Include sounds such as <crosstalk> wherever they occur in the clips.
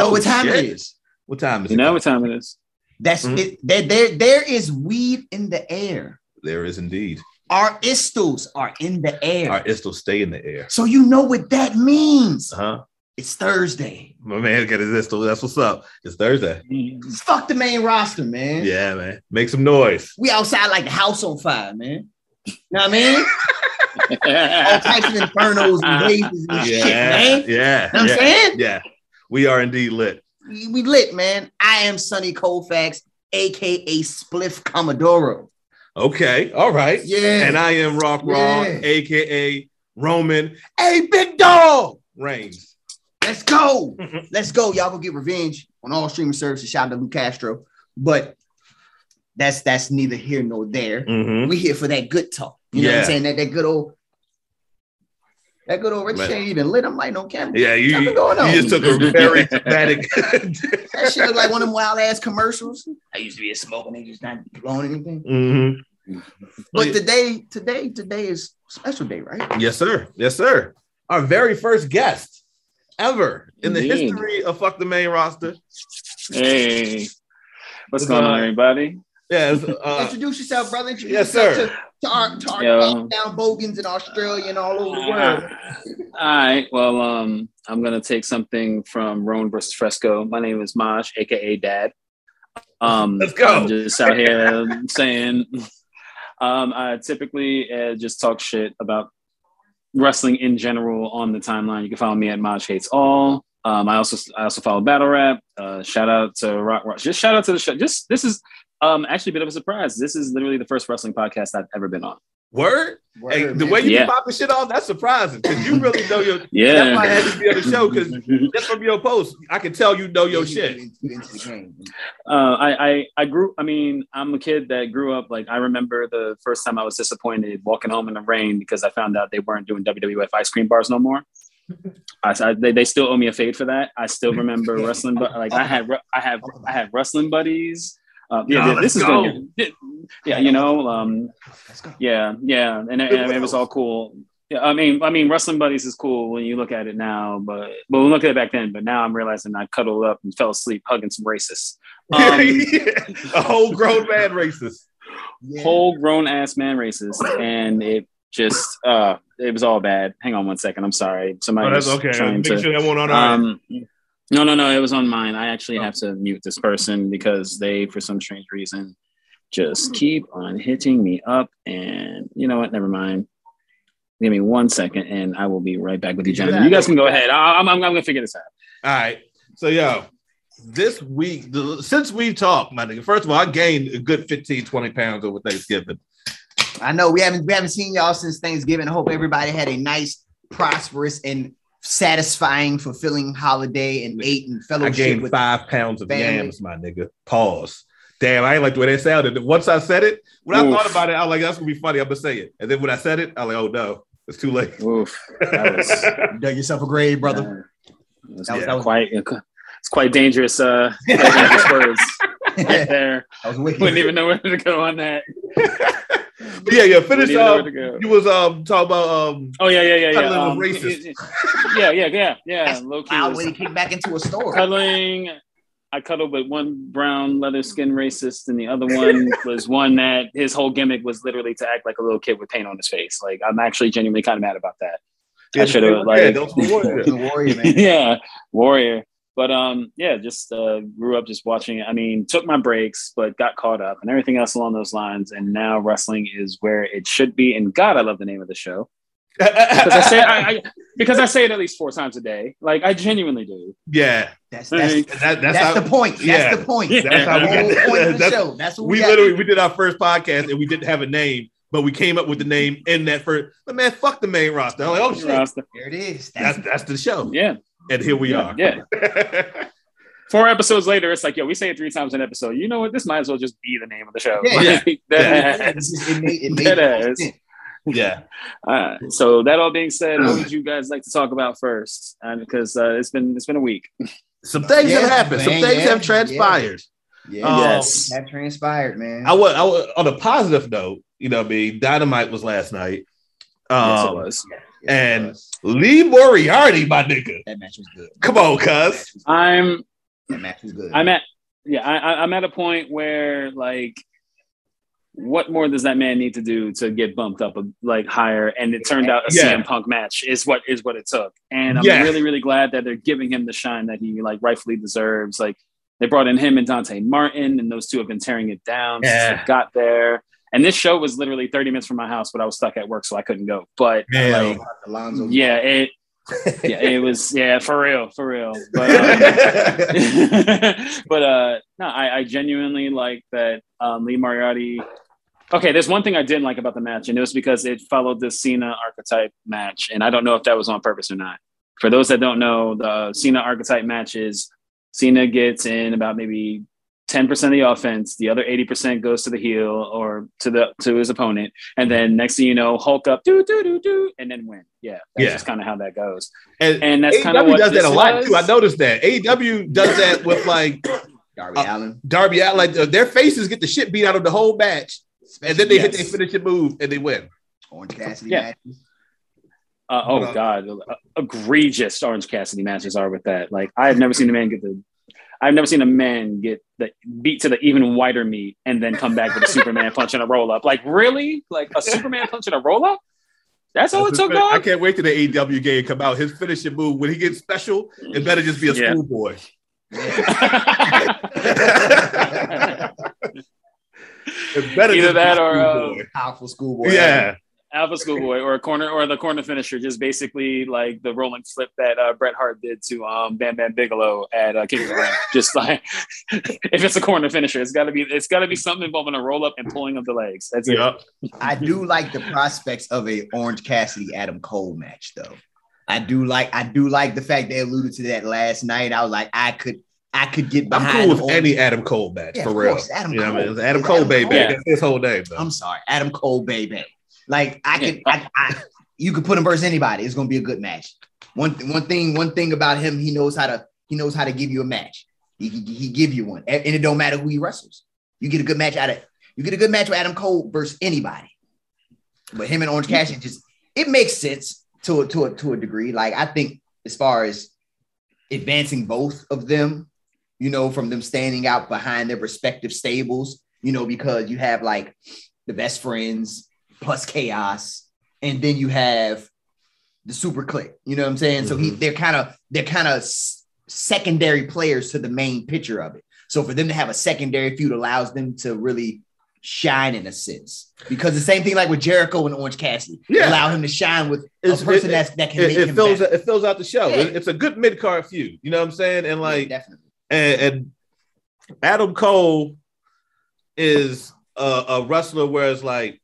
Oh, know what time shit. it is. What time is You it? know what time it is? That's Mhm. it. There, there, there is weed in the air. There is indeed. Our istles are in the air. Our Istos stay in the air. So you know what that means. Huh? It's Thursday. My man got his Istos. That's what's up. It's Thursday. Fuck the main roster, man. Yeah, man. Make some noise. We outside like the house on fire, man. You know what I mean? All types of infernos and blazes and Ah, shit, man. Yeah. You Yeah. know what yeah. I'm saying? yeah. We are indeed lit. We, we lit, man. I am Sonny Colfax, aka Spliff Commodoro. Okay. All right. Yeah. And I am Rock Raw, Yeah. aka Roman hey, big dog. Reigns. Let's go. Mm-hmm. Let's go. Y'all go get revenge on all streaming services. Shout out to Lou Castro. But that's that's neither here nor there. Mm-hmm. We here for that good talk. You know what Yeah. I'm saying? That that good old that good old Rich Man. shit ain't even lit. I'm lighting on camera. Yeah, you, Nothing going on. you just took a <laughs> very dramatic. That shit look like <laughs> one of them wild ass commercials. I used to be a smoker, they just not blowing anything. Mm-hmm. Mhm. But today, today, today is special day, right? Yes, sir. Yes, sir. Our very first guest ever in the Indeed. history of Fuck the Main Roster. Hey, what's going on, everybody? Yeah, it's, <laughs> uh, Introduce yourself, brother. Introduce yes, yourself sir. To, to our, to our Yo. down bogans in Australia and all over the world. Uh, all right. Well, um, I'm gonna take something from Roan versus Fresco. My name is Maj, aka Dad. Um, Let's go. I'm just out here saying, um, I typically uh, just talk shit about wrestling in general on the timeline. You can follow me at Maj Hates All. Um, I also I also follow Battle Rap. Uh, shout out to Rock Rock. Just shout out to the show. Just this is um actually a bit of a surprise. This is literally the first wrestling podcast I've ever been on. Word. Hey, Word, the man. way you Yeah. be popping shit off, that's surprising because you really know your. That's why I <laughs> Yeah. had to be on the show <laughs> because just from your post, I can tell you know your shit. Into, into the game. Uh, I, I I grew. I mean, I'm a kid that grew up. Like I remember the first time I was disappointed walking home in the rain because I found out they weren't doing WWF ice cream bars <laughs> no more. I, I- they, they still owe me a fade for that. <laughs> I still remember wrestling, but like I had ru- I have I had wrestling buddies. Uh, yeah, Nah, this let's is go. gonna get- yeah, you know, um, Let's go. yeah, yeah, and, and it was all cool. Yeah, I mean, I mean, wrestling buddies is cool when you look at it now, but but when look at it back then. But now I'm realizing I cuddled up and fell asleep hugging some racists. <laughs> <laughs> Um, a whole grown man <laughs> racist. Yeah. whole grown ass man racist, and it just uh it was all bad. Hang on one second. I'm sorry. Somebody Oh, that's was okay. trying Make to. sure that one on our. um, no, no, no. It was on mine. I actually Oh. have to mute this person because they, for some strange reason, just keep on hitting me up. And you know what? Never mind. Give me one second, and I will be right back with you, Do gentlemen. that. You guys can go ahead. I- I'm, I'm, I'm gonna figure this out. All right. So yo, this week, the, since we talked, my nigga, first of all, I gained a good 15, 20 pounds over Thanksgiving. I know we haven't we haven't seen y'all since Thanksgiving. I hope everybody had a nice, prosperous, and satisfying, fulfilling holiday and ate and I fellowship gained with five pounds of family. yams, my nigga. Pause. Damn, I ain't like the way that sounded. Once I said it, when I Oof. thought about it, I was like, that's gonna be funny. I'm gonna say it. And then when I said it, I was like, oh no, it's too late. Oof. That was- you dug yourself a grave, <laughs> brother. Uh, it's That was- yeah, that was- quite uh, it's quite dangerous. Uh, quite <laughs> dangerous words right <laughs> there. I was wicked. Wouldn't even know where to go on that. <laughs> But uh, yeah, yeah. Wouldn't Finish even know where up. to go. You was um talking about um Oh yeah, yeah, yeah, yeah. Cuddling Um, with racists. yeah, yeah, yeah, <laughs> yeah. That's Low key I was would kick back into a store. cuddling. I cuddled with one brown leather skin racist, and the <laughs> other one was one that his whole gimmick was literally to act like a little kid with paint on his face. Like I'm actually genuinely kind of mad about that. I should've, yeah, like- those were warriors. <laughs> The warrior, <laughs> man. yeah, warrior. But um, yeah, just uh, grew up just watching. it. I mean, took my breaks, but got caught up and everything else along those lines. And now wrestling is where it should be. And God, I love the name of the show because I say I, I because I say it at least four times a day. Like I genuinely do. <laughs> yeah. That's that's, that's, And that- that's, how, the point. That's yeah. the point. Yeah. that's how The we got whole point of the That's- show. That's what we, <laughs> we got. literally we did our first podcast and we didn't have a name, but we came up with the name in that first. But man, fuck the main roster. I'm like, oh shit, There it is. That's, that's that's the show, Yeah, and here we yeah, are. Yeah, four episodes later, it's like, yo, we say it three times an episode. You know what? This might as well just be the name of the show. Yeah, yeah. Like, Yeah. <laughs> that- It's <laughs> just- it made, it made That perfect <laughs> ass. sense. yeah. Uh, so that all being said, what would you guys like to talk about first? Because uh, it's been it's been a week. Some things Yeah, have happened. Some man, things yeah, have transpired. Yeah, Um, yes. that transpired, man. I was I was on a positive note. You know, what I mean, Dynamite was last night. Yes, it Um, was. Yes, and- it was. Lee Moriarty, my nigga. that match was good. Come on, That match cuz. was good. I'm That match was good. I'm at yeah, I, I- I'm at a point where like, what more does that man need to do to get bumped up like higher? And it turned out a Yeah. CM Punk match is what is what it took, and I'm Yeah. really really glad that they're giving him the shine that he like rightfully deserves. Like they brought in him and Dante Martin, and those two have been tearing it down since Yeah. it got there. And this show was literally 30 minutes from my house, but I was stuck at work, so I couldn't go. But Man. like, <laughs> Alonzo. yeah, it yeah it was yeah for real for real. But um, yeah. <laughs> but uh no I, I genuinely like that um, lee mariotti okay there's one thing i didn't like about the match and it was because it followed the cena archetype match and i don't know if that was on purpose or not for those that don't know the cena archetype matches cena gets in about maybe 10% of the offense the other 80% goes to the heel or to the to his opponent and then next thing you know hulk up do do do do and then win yeah that's Yeah. just kind of how that goes And, and that's kind of AEW what does that this a lot was. too. I noticed that AEW does that with like Darby Uh, Allen. Darby. Allin. Like uh, their faces get the shit beat out of the whole match, and then they hit Yes. their finishing move and they win. Orange Cassidy Yeah. matches. Uh, oh God, uh, egregious Orange Cassidy matches are with that. Like I have never seen a man get the, I've never seen a man get the beat to the even whiter meat and then come back with a Superman punch and a roll up. Like really, like a Superman punch and a roll up. That's all it took, I dog. <laughs> can't wait till the AEW game come out. His finishing move when he gets special, it better just be a Yeah. schoolboy. It better Either just be a that or, uh, schoolboy. Powerful schoolboy. yeah, Alpha Schoolboy or a corner or the corner finisher, just basically like the rolling flip that uh, Bret Hart did to um, Bam Bam Bigelow at uh, King of the Ring. <laughs> Just like if it's a corner finisher, it's got to be it's got to be something involving a roll up and pulling of the legs. That's it. yeah. I do like the prospects of a Orange Cassidy Adam Cole match though. I do like I do like the fact they alluded to that last night. I was like, I could I could get I'm behind cool with Orange- any Adam Cole match Yeah, for of real. course, Adam you know what I mean? Cole. It's Adam It's Cole, Adam baby. Cole. That's his whole name. Though. I'm sorry, Adam Cole, baby. Like I Yeah. could, I, I, you could put him versus anybody. It's gonna be a good match. One, one thing, one thing about him, he knows how to, he knows how to give you a match. He, he, he give you one, and and it don't matter who he wrestles. You get a good match out of, you get a good match with Adam Cole versus anybody. But him and Orange Cassidy just, it makes sense to a, to a, to a degree. Like I think as far as advancing both of them, you know, from them standing out behind their respective stables, you know, because you have like the best friends plus chaos, and then you have the super click. You know what I'm saying? So he, they're kind of they're kind of s- secondary players to the main picture of it. So for them to have a secondary feud allows them to really shine in a sense because the same thing like with Jericho and Orange Cassidy Yeah. allow him to shine with It's- a it- person that's, that can It, make it him fills better. it fills out the show. Yeah. It- It's a good mid card feud. You know what I'm saying? And like Yeah, definitely. and, and Adam Cole is a, a wrestler, whereas like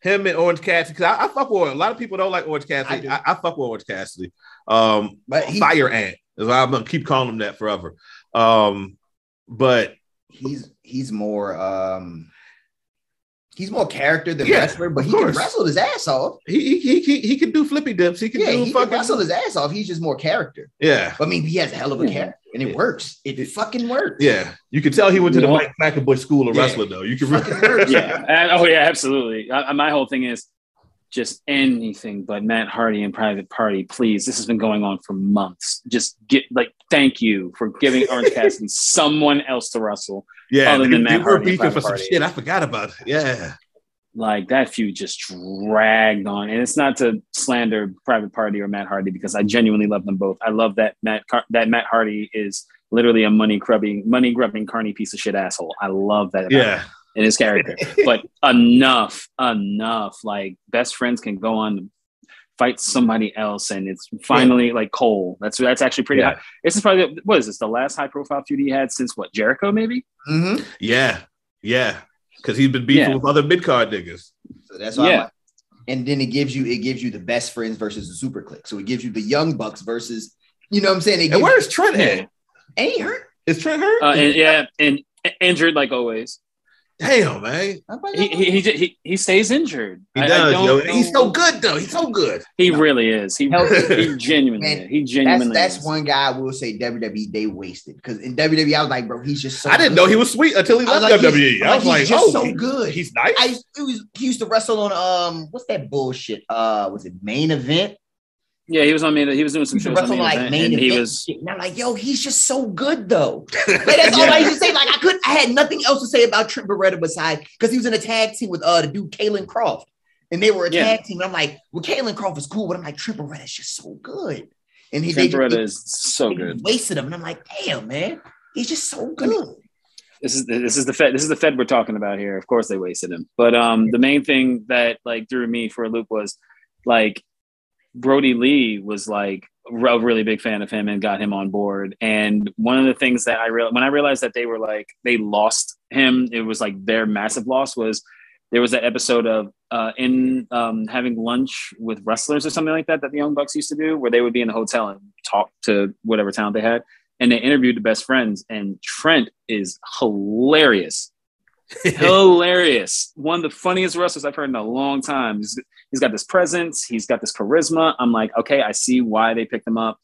him and Orange Cassidy, because I, I fuck with a lot of people don't like Orange Cassidy. I I, I, fuck with Orange Cassidy. Um, But Uh, he, Fire Ant is why I'm gonna keep calling him that forever. Um, but he's he's more um he's more character than Yeah, wrestler, but of he course. can wrestle his ass off. he he he he can do flippy dips. He can yeah, do he can fucking wrestle his ass off. He's just more character. yeah. I mean, he has a hell of a Yeah. character, and it Yeah. works. It fucking works. Yeah, you can tell he went to the Yeah. Mike McAvoy School of Yeah. Wrestling, though. You can Fucking works. yeah. <laughs> And- oh yeah, absolutely. I, I- my whole thing is just anything but Matt Hardy and Private Party, please. This has been going on for months. Just get like, thank you for giving Orange Cassidy someone else to wrestle. <laughs> yeah. Other They, than Matt they Hardy were and beefing for Private some Party. shit. I forgot about. It. Yeah, Like that feud just dragged on, and it's not to slander Private Party or Matt Hardy because I genuinely love them both. I love that Matt Car- that Matt Hardy is literally a money grubbing money grubbing carny piece of shit asshole. I love that. about him. yeah. in his <laughs> character. but enough, enough. Like best friends can go on to fight somebody else, and it's finally like Cole. That's that's actually pretty Yeah. high. This is probably what is this the last high profile feud he had since what Jericho maybe? Mhm. Yeah, yeah, because he's been beefing Yeah. with other mid card niggas. So that's why. I'm Yeah. like- and then it gives you it gives you the best friends versus the super click. So it gives you the young bucks versus you know what I'm saying. It And gives, where's Trent Yeah, at? and he hurt. Is Trent hurt? uh, and, yeah, and injured like always. Damn, man, I'm like, He he he, j- he, he stays injured. he I- I does. don't yo. know- He's so good though. He's so good. He really is. He Hell, he genuinely Man, is. he that's genuinely that's is. one guy I will say WWE they wasted because in WWE I was like, bro, he's just so I didn't know he was sweet until he I was left like, WWE. I was like, he's just oh, so he- good. he's nice. I used- it was, he used to wrestle on um what's that bullshit? Uh was it main event? Yeah, he was on main. He was doing some He's shows on wrestling main like event, main and event. he was. shit. And I'm like, yo, he's just so good <laughs> though. Like, <laughs> that's all Yeah. I used to say. Like I could, I had nothing else to say about Trent Beretta besides because he was in a tag team with uh the dude Kalen Croft, and they were a Yeah. tag team. And I'm like, well, Kalen Croft is cool, but I'm like, Trent Beretta's just so good, and he they Trent just- Beretta they- is so they good. wasted him. And I'm like, damn man, he's just so good. This is this is the Fed. This is the Fed we're talking about here. Of course, they wasted him. But um, the main thing that like threw me for a loop was like Brody Lee was like a re- really big fan of him and got him on board. And one of the things that I real when I realized that they were like they lost him, it was like their massive loss was there was that episode of uh, in um, having lunch with wrestlers or something like that that the Young Bucks used to do, where they would be in the hotel and talk to whatever talent they had, and they interviewed the best friends. And Trent is <laughs> hilarious, hilarious. One of the funniest wrestlers I've heard in a long time. He's- he's got this presence, he's got this charisma. I'm like, okay, I see why they picked him up,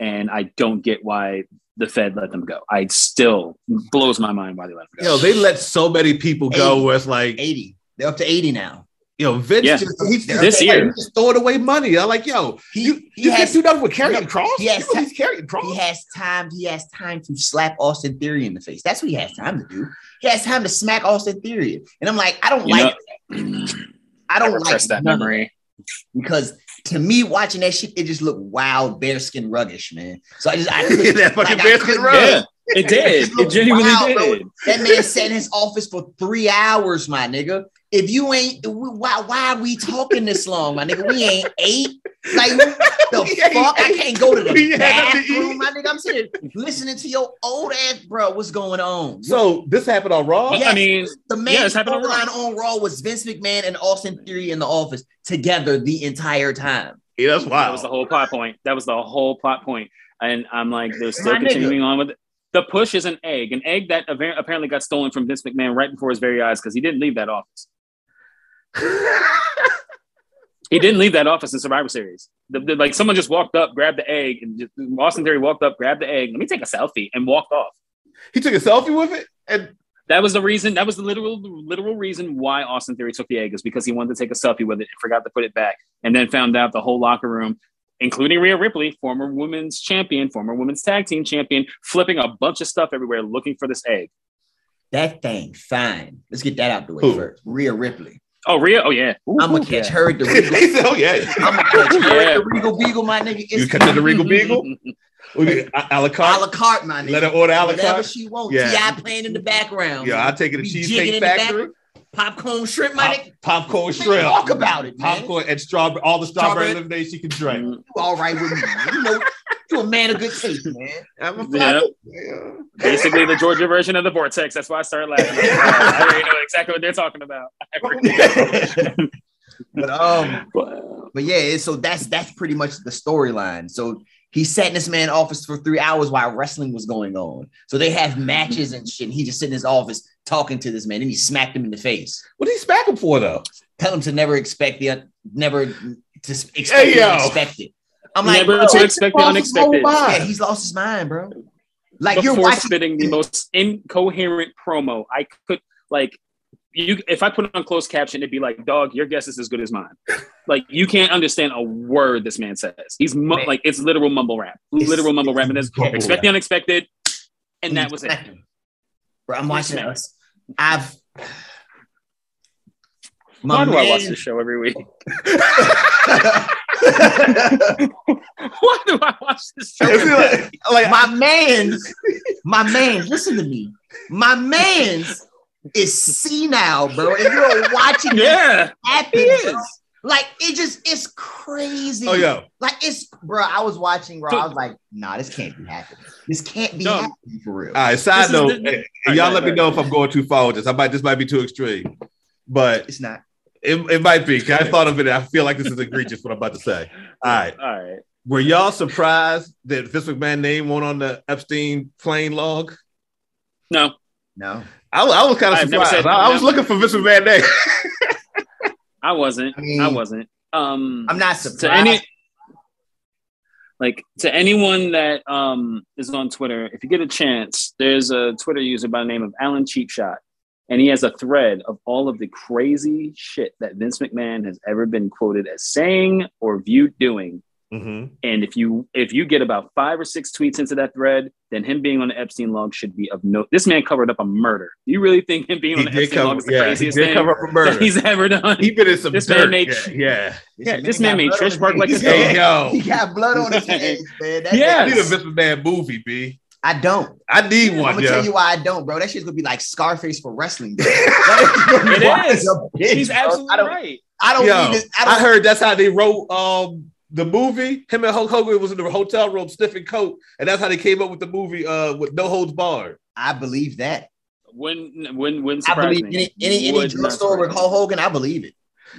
and I don't get why the Fed let them go. I still blows my mind why they let them go. Yo, they let so many people go Eighty. where it's like, Eighty, they're up to eighty now. yo, Vince Yeah. just, he's, They're up This to year. 80. like, just throwing away money. I'm like, yo, He, you, he you has can't do nothing with carrying cross. He has- You know he's carrying He cross. has time. He has time to slap Austin Theory in the face. That's what he has time to do. He has time to smack Austin Theory. And I'm like, I don't You like. know- I I don't like repressed that none of memory. it. because to me, watching that shit, it just looked wild, bearskin ruggish, man. So I just, <laughs> I couldn't- that fucking like, I basket couldn't- run. Yeah, it did. It genuinely Wow, bro. did. that man sat in his office for three hours, my nigga. If you ain't, why, why are we talking this long, my nigga? We ain't ate. Like the <laughs> We ain't fuck, I ate. can't go to <laughs> We the had nothing to eat. bathroom, my nigga. I'm sitting here listening to your old ass, bro. What's going on? So this happened on Raw. Yeah. I mean, The main Yeah, it's happened on storyline on Raw was Vince McMahon and Austin Theory in the office together the entire time. Yeah, that's that was the wild. whole plot point. That was the whole plot point. And I'm like, they're still My nigga. continuing on with it. The push is an egg, an egg that aver- apparently got stolen from Vince McMahon right before his very eyes because he didn't leave that office. He didn't leave that office in Survivor Series. The- the- like someone just walked up, grabbed the egg, and just, Austin Theory walked up, grabbed the egg. Let me take a selfie and walked off. <laughs> He took a selfie with it, and <laughs> That was the reason. That was the literal literal reason why Austin Theory took the egg is because he wanted to take a selfie with it and forgot to put it back, and then found out the whole locker room, including Rhea Ripley, former women's champion, former women's tag team champion, flipping a bunch of stuff everywhere looking for this egg. That thing, fine. Let's get that out the way Who? first. Rhea Ripley. Oh, Rhea! Oh yeah, Ooh, I'm gonna ooh, catch yeah. her at the he Regal. said, "Oh yeah, I'm gonna catch her Yeah. at the Regal Beagle, my nigga. It's you cut to the Regal Beagle, <laughs> We get a a a la la carte. carte, my nigga. Let her order a la Whatever carte. she wants. Yeah. Ti playing in the background. Yeah, I take it to We jigging Cheesecake in the back. Factory. popcorn shrimp, my Pop, nigga. popcorn Man, shrimp. talk about it, man. Popcorn and strawberry. All the strawberry Strawberry. lemonade she can drink. Mm, You all right with me? man. You know, you a man of good taste, man. I'm a Yeah. yeah. Basically, the Georgia version of the vortex. That's why I started laughing. <laughs> I already know exactly what they're talking about. I already Mm. But um. know. But yeah, it's- so that's that's pretty much the storyline. So he sat in this man's office for three hours while wrestling was going on. So they have matches and shit. And he just sit in his office talking to this man, and he smacked him in the face. <laughs> what did he smack him for <laughs> though? <laughs> Tell him to never expect the un- never to s- expect Hey, the yo. unexpected. I'm like, Never bro, to expect the Lost his whole unexpected. mind. yeah, he's lost his mind, bro. Like you're before watching, spitting the most incoherent promo. I could like you if I put on closed caption, it'd be like, "Dog, your guess is as good as mine." like you can't understand a word this man says. He's mu- Man. like it's literal mumble rap, literal mumble rap, and that's mumble expect rap. the unexpected, and that was it. smacked him. Bro, I'm watching smacked us. I've. My Why do I watch man- this show every week? Why do I watch this show? Is every he week? like, like my man's, my man, listen to me. My man's is senile, bro. And you're watching it <laughs> Yeah, happen. he is. bro. Like it just it's crazy. oh yo, Like it's bro. I was watching Raw. I was like, nah, this can't be happening. This can't be Dog. happening for real. All right, This side is note, the- the- and right, y'all right, let me right. know if I'm going too far with this. I might this might be too extreme, but it's not. it, it might be. 'cause I thought of it. and I feel like this is egregious what I'm about to say. All right, all right. were y'all surprised that Vince McMahon name went on the Epstein plane log? No, No, I, I was kind of I've never surprised. said- I, I was no. looking for Vince McMahon name. I wasn't. I mean, I wasn't. Um, I'm not to surprised. any like to anyone that um is on Twitter, if you get a chance, there's a Twitter user by the name of Alan Cheapshot, and he has a thread of all of the crazy shit that Vince McMahon has ever been quoted as saying or viewed doing Mm-hmm. And if you if you get about five or six tweets into that thread, then him being on the Epstein log should be of no. This man covered up a murder. You really think him being He on the did Epstein cover, log is the yeah, he craziest did thing cover up a that murder. <laughs> he's ever done? He been in some This man dirt. made- yeah, yeah, this man got made blood Trish on work his like a hands. yeah. <laughs> Hey dog. He yo, got blood on <laughs> his Right. hands, man. That- Yeah. I need a Yes. Mr. Man movie, b. I don't. I need I'm one. gonna yeah. tell you why I don't, bro. That shit's gonna be like Scarface for wrestling. <laughs> bro. That is gonna be It wild is. as a bitch, He's bro. absolutely I don't, right. I don't Yo, need this. I don't. I heard that's how they wrote um the movie. Him and Hulk Hogan was in the hotel room sniffing coke, and that's how they came up with the movie uh with No Holds Barred. I believe that. When when when I believe surprising. any any, any Would not drugstore with surprise Hulk me. Hogan. I believe it.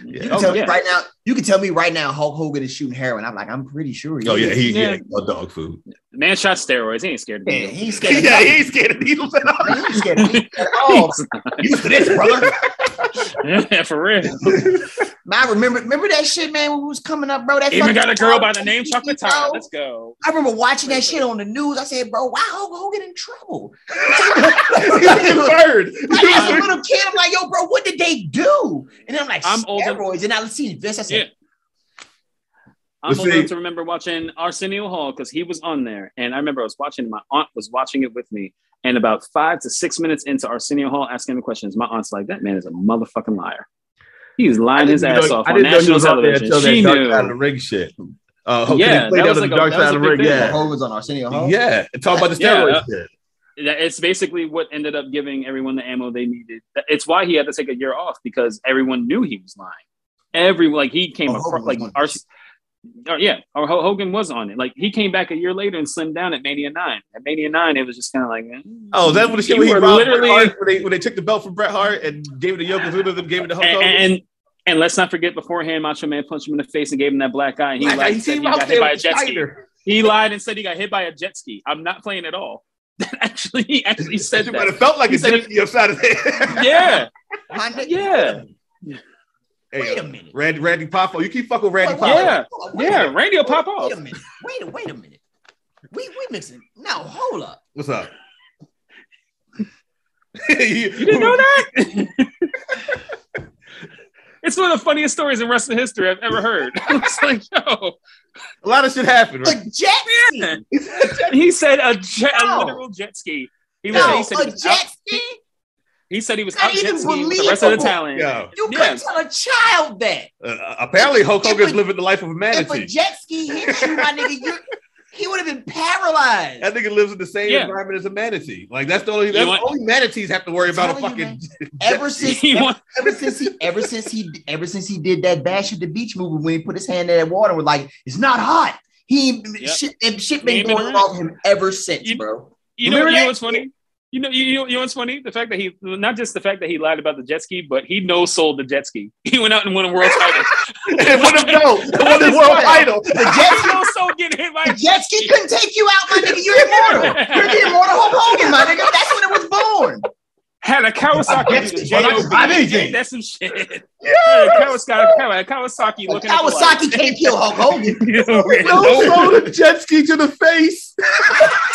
Yeah. You can Oh, tell yeah. me right now. You can tell me right now. Hulk Hogan is shooting heroin. I'm like, I'm pretty sure. he Oh yeah, is. he Yeah. yeah, oh, dog food. Man shot steroids. He ain't scared of yeah, me. he's scared. <laughs> yeah, of he ain't scared of needles at all. <laughs> nothing. He ain't scared of nothing at all. Used to this, <laughs> brother. <laughs> Yeah, for <laughs> real. Man, I remember remember that shit, man. When we was coming up, bro. That Even fucking- got a girl by the name Chocolate Time. Bro. Let's go. I remember watching that shit on the news. I said, bro, why Hulk Hogan in trouble? he was bird. Like, as a <laughs> little kid, I'm like, yo, bro, what did they do? And I'm like, I'm old en- steroids. and I see this. I said, Yeah. I'm But old see- enough to remember watching Arsenio Hall because he was on there, and I remember I was watching. My aunt was watching it with me, and about five to six minutes into Arsenio Hall asking him questions, my aunt's like, "That man is a motherfucking liar. <laughs> He's lying his ass off on national television." She dark side of the knew. ring shit. Uh, Hulk Yeah, Hogan played that that was on like the a- dark that was side a of the ring. big thing. Hulk Yeah, Hogan's on Arsenio Hall. yeah. And talk about the Yeah, steroid uh, shit. That- It's basically what ended up giving everyone the ammo they needed. That- It's why he had to take a year off because everyone knew he was lying. Every like he came Oh, Hogan across was like on Ars- or, yeah, or Ho- Hogan was on it. Like he came back a year later and slimmed down at Mania Nine. At Mania Nine, it was just kind of like, mm, Oh, that's what the shit you where he were robbed literally Bret Hart, when, they, when they took the belt from Bret Hart and gave it to Yokozuna, then gave it to Hulk and, Hogan. and and let's not forget beforehand, Macho Man punched him in the face and gave him that black eye. And he Like, lied he and said he came out got hit there by a with jet ski. Snyder. He lied and said he got hit by a jet ski. I'm not playing at all. <laughs> actually, he actually said But that. it felt like He a said jet ski upside <laughs> of there. Yeah, My nigga, yeah, Wait Hey, a minute. Randy, Randy Poffo, you keep fucking with Randy Wait, wait, Poffo. Yeah. wait, wait, yeah. wait, Randy will pop Wait a off. minute. Wait a wait a minute. We we mixing. No, hold up. What's <laughs> up? <laughs> you, You didn't know that? <laughs> it's one of the funniest stories in wrestling history I've ever heard. <laughs> It's like, yo, A lot of shit happened. A Right? jet ski. yeah. he said a, jet, a No. literal jet ski. He, was, No, he said he a was out- jet ski. he said he was Not out jet even skiing with the rest of the believable. talent. Yo, You Yeah. couldn't tell a child that. uh, apparently Hulk If Hogan's a- living the life of a If a manatee. jet ski hit you, my nigga, you he would have been paralyzed. That nigga lives in the same Yeah. environment as a manatee. Like that's the only You that's want- the only manatees have to worry about a Telling you, fucking. Ever since <laughs> He won- ever since he ever since he ever since he did that bash at the beach movie when he put his hand in that water and was like, it's not hot. He Yep. shit and shit He been ain't been going around. off him ever since, You- <laughs> bro. you know, Remember you know that? what's funny? You know, you, you, you know what's funny? The fact that he, not just the fact that he lied about the jet ski, but he no sold the jet ski. <laughs> He went out and won a world <laughs> title. <laughs> it would have <laughs> known. It would have world title. The jet he ski, no sold getting hit by the a jet ski couldn't take you out, my nigga. You're immortal. You're the immortal Hulk Hogan, my nigga. That's when it was born. had a Kawasaki. Yes, with a well, J-O-B. that's amazing. That's some shit. Yeah, Kawasaki, Kawa- Kawasaki looking at the Kawasaki can't kill Hulk Hogan. <laughs> lights. No, <laughs> sold a jet ski to the face.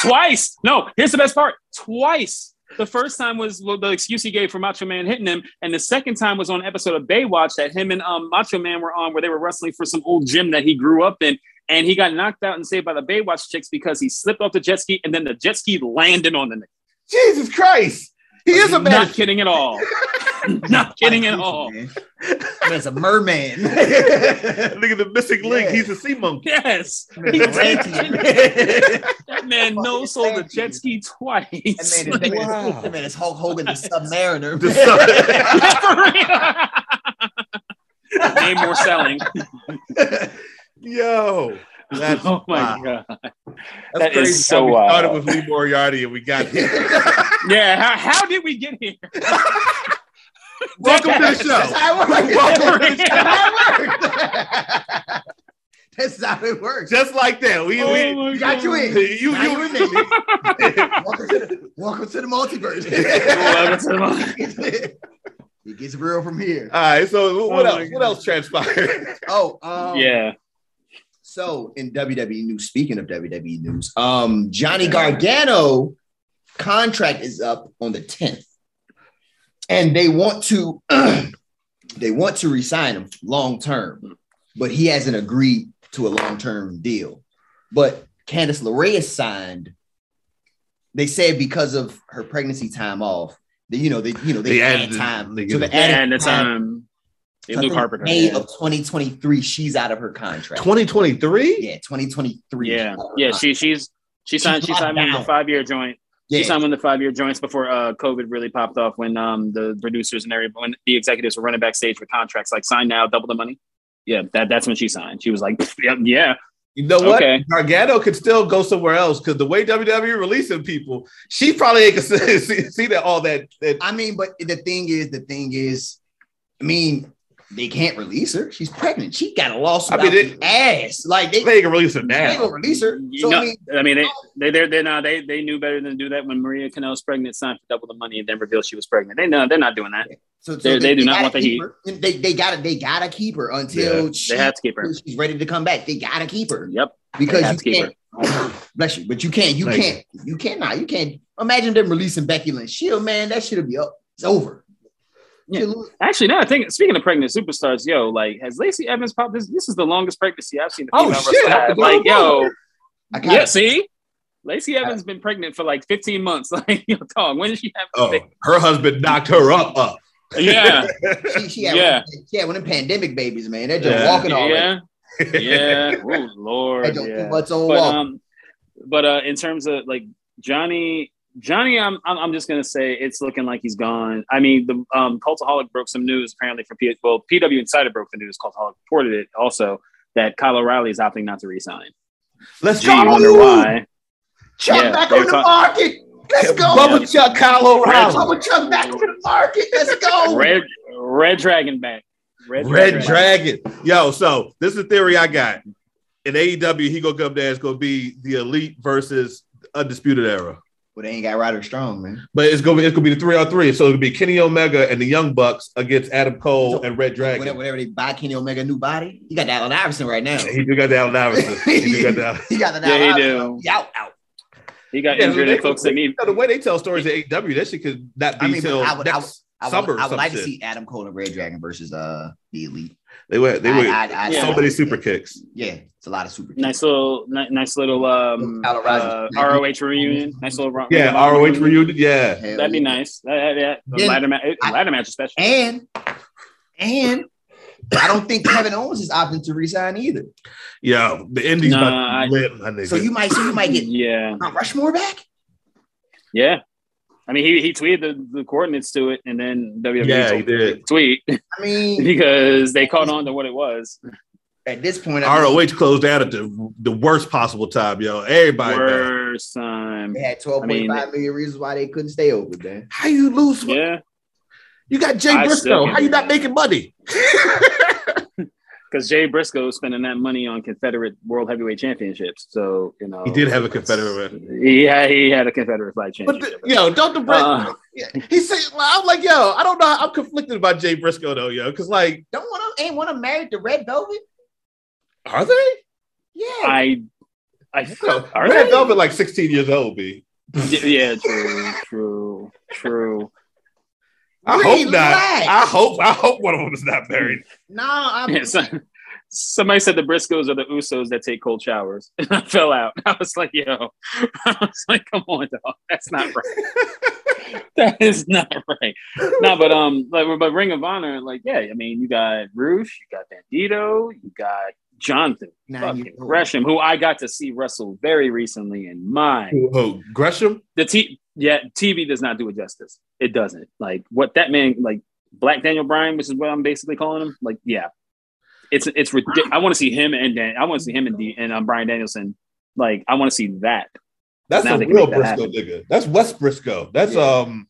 Twice. No, here's the best part. Twice. The first time was well, the excuse he gave for Macho Man hitting him, and the second time was on an episode of Baywatch that him and um, Macho Man were on, where they were wrestling for some old gym that he grew up in, and he got knocked out and saved by the Baywatch chicks because he slipped off the jet ski, and then the jet ski landed on the neck. Jesus Christ, he is a Not manatee. kidding at all. Not kidding at all. Man. Man's a merman. <laughs> Nigga, the missing link. Yeah. He's a sea monkey. Yes. He did. that That man no sold the jet ski twice. man is, Like, that man is- Wow. that man is Hulk Hogan, the <laughs> Submariner. <laughs> The <laughs> sub- for <laughs> real. Name more selling. Yo, <laughs> that's, oh my wow. god. that's That is crazy. so how we wild. started with Lee Moriarty and we got here. <laughs> Yeah, how, how did we get <laughs> here? Welcome to the <laughs> That's show. how it works. Welcome to the That's how it works. That's show. how it works. Just like that. <laughs> We, Oh we my got you in. you, you, Now you in there, nigga. <laughs> welcome, to the, welcome to the <laughs> multiverse. <laughs> Welcome to <laughs> the- it gets real from here. All right. So Oh what my else? What God. else <laughs> transpired? Oh, um, yeah. So in WWE news, speaking of WWE news, um, Johnny Gargano contract is up on the 10th, and they want to <clears throat> they want to resign him long term, but he hasn't agreed to a long term deal. But Candice LeRae is signed. They said because of her pregnancy time off, that you know they you know they, They add added- time. they so give they it- added and uh, the time. Yeah, so I Luke think Harper. May Yeah. of 2023, she's out of her contract. 2023? yeah, 2023. yeah, yeah. She she's she signed she locked signed with the down. five year joint. yeah. She signed one of the five year joints before uh, COVID really popped off when um, the producers and everybody, when the executives were running backstage with contracts like sign now, double the money. Yeah, that, that's when she signed. She was like, yeah, yeah. You know what? Okay. Gargano could still go somewhere else because the way WWE releasing people, she probably ain't gonna <laughs> see, see- see that all that. that I mean, but the thing is, the thing is, I mean, they can't release her. She's pregnant. She got a lawsuit I mean, out it- the ass. Like they, they ain't gonna release her they ain't now. gonna release her. So No, I mean, they they they're, they're not, they they knew better than to do that when Maria Canel's pregnant signed for double the money and then revealed she was pregnant. They know they're not doing that. so, so They- they do not gotta want the keep heat. her. They they gotta they gotta keep her until she, They have to keep her. she's ready to come back. They gotta keep her Yep. because have you to keep can't. <clears throat> Bless you, but you can't. You Thank you. can't. You cannot. You can't. Imagine them releasing Becky Lynch. Shield man, that should be up. It's over. Yeah. She'll lose. Actually, now I think speaking of pregnant superstars, yo, like has Lacey Evans popped? This this is the longest pregnancy I've seen. a Oh, female shit. wrestler have. Like yo, I got yeah, see, Lacey Evans been pregnant for like 15 months. <laughs> Like yo, dog, when did she have? <laughs> Oh, her husband knocked her up. Up. <laughs> Yeah, She, she had Yeah. One, of them- she had one of them pandemic babies, man. They're just Yeah. walking all yeah. yeah, <laughs> yeah. Oh They lord, don't do yeah. much on But walk. um, but uh, in terms of like Johnny, Johnny, I'm I'm, I'm just gonna say it's looking like he's gone. I mean, the um, Cultaholic broke some news apparently from P. Well, PW Insider broke the news. Cultaholic reported it also that Kyle O'Reilly is opting not to resign. Let's Gee, you go. wonder why. Chuck yeah, back they on the talk- market. Let's go. Bubba Chuck, Kyle Red- O'Reilly, Bubba Chuck back on the market. Let's go. <laughs> Red Red Dragon back. Red, Dragon. Yo, so this is the theory I got. In AEW, he gonna come there. It's gonna be the elite versus undisputed era. But they ain't got Ryder Strong, man. But it's gonna be it's gonna be the three on three. So it'll be Kenny Omega and the Young Bucks against Adam Cole and Red Whatever, Dragon. whatever they buy Kenny Omega a new body. He got Allen Iverson right now. He do got the Allen Iverson. He do got the <laughs> Allen- He got the Yeah, he Allen do. Iverson. He out, out. He got Yeah, injured they- and folks that need. You know, the way they tell stories at AEW, that shit could not I be mean, but till I would- I next I would, summer. or I would some like shit. to see Adam Cole and Red Dragon versus uh the Elite. They went. They I- went. I- I- so Yeah. many super kicks. Yeah, it's a lot of super. kicks. Nice little, ni- nice little um, Kyle uh, O'Reilly's- ROH reunion. Nice little ro- Yeah, ROH reunion. Yeah, Hell That'd be yeah. nice. That, that, that- Then- ladder, ma- I- ladder match, especially. And and I don't think Kevin Owens is opting to resign either. yo, the Indies Nah, about I- to be lit, my nigga. So you might so you might get yeah, Mount Rushmore back. yeah. I mean, he, he tweeted the, the coordinates to it, and then WWE Yeah, told he him did. to tweet <laughs> I mean, <laughs> because they caught on to what it was. at this point, I mean, ROH closed down at the, the worst possible time, yo. Everybody. down. Worst time. they had twelve point I five million reasons why they couldn't stay open. Then How you lose? Yeah, You got Jay I Briscoe. still can't How you do not that. making money? because Jay Briscoe was spending that money on Confederate World Heavyweight Championships. So you know He did have a Confederate. man. He had he had a Confederate flag But championship. the, yo, don't the Brit- Uh. Yeah, he said, I'm like, yo, I don't know. I'm conflicted about Jay Briscoe though, yo, because like, don't want to ain't want to marry the Red Velvet. are they? Yeah, I, I No, Are Red they? Velvet like 16 years old, b. yeah, true, true, true. I Really hope not. relax. I hope. I hope one of them is not married. no, <laughs> I'm Yeah, so- somebody said the Briscoes are the Usos that take cold showers. <laughs> I fell out. I was like, yo, <laughs> I was like, come on, dog. That's not right. that is not right. No, but um, like, but Ring of Honor, like, yeah, I mean, you got Roosh, you got Bandito, you got Jonathan nine fucking years old. Gresham, who I got to see wrestle very recently, and my Oh, Gresham. the T yeah, TV does not do it justice. It doesn't. Like what that man like Black Daniel Bryan, which is what I'm basically calling him. Like yeah, it's it's ridiculous. I want to see him and Dan. I want to see him and D and um, Brian Danielson. Like I want to see that. That's Now a they can real make that Briscoe nigga. That's West Briscoe. That's Yeah. um.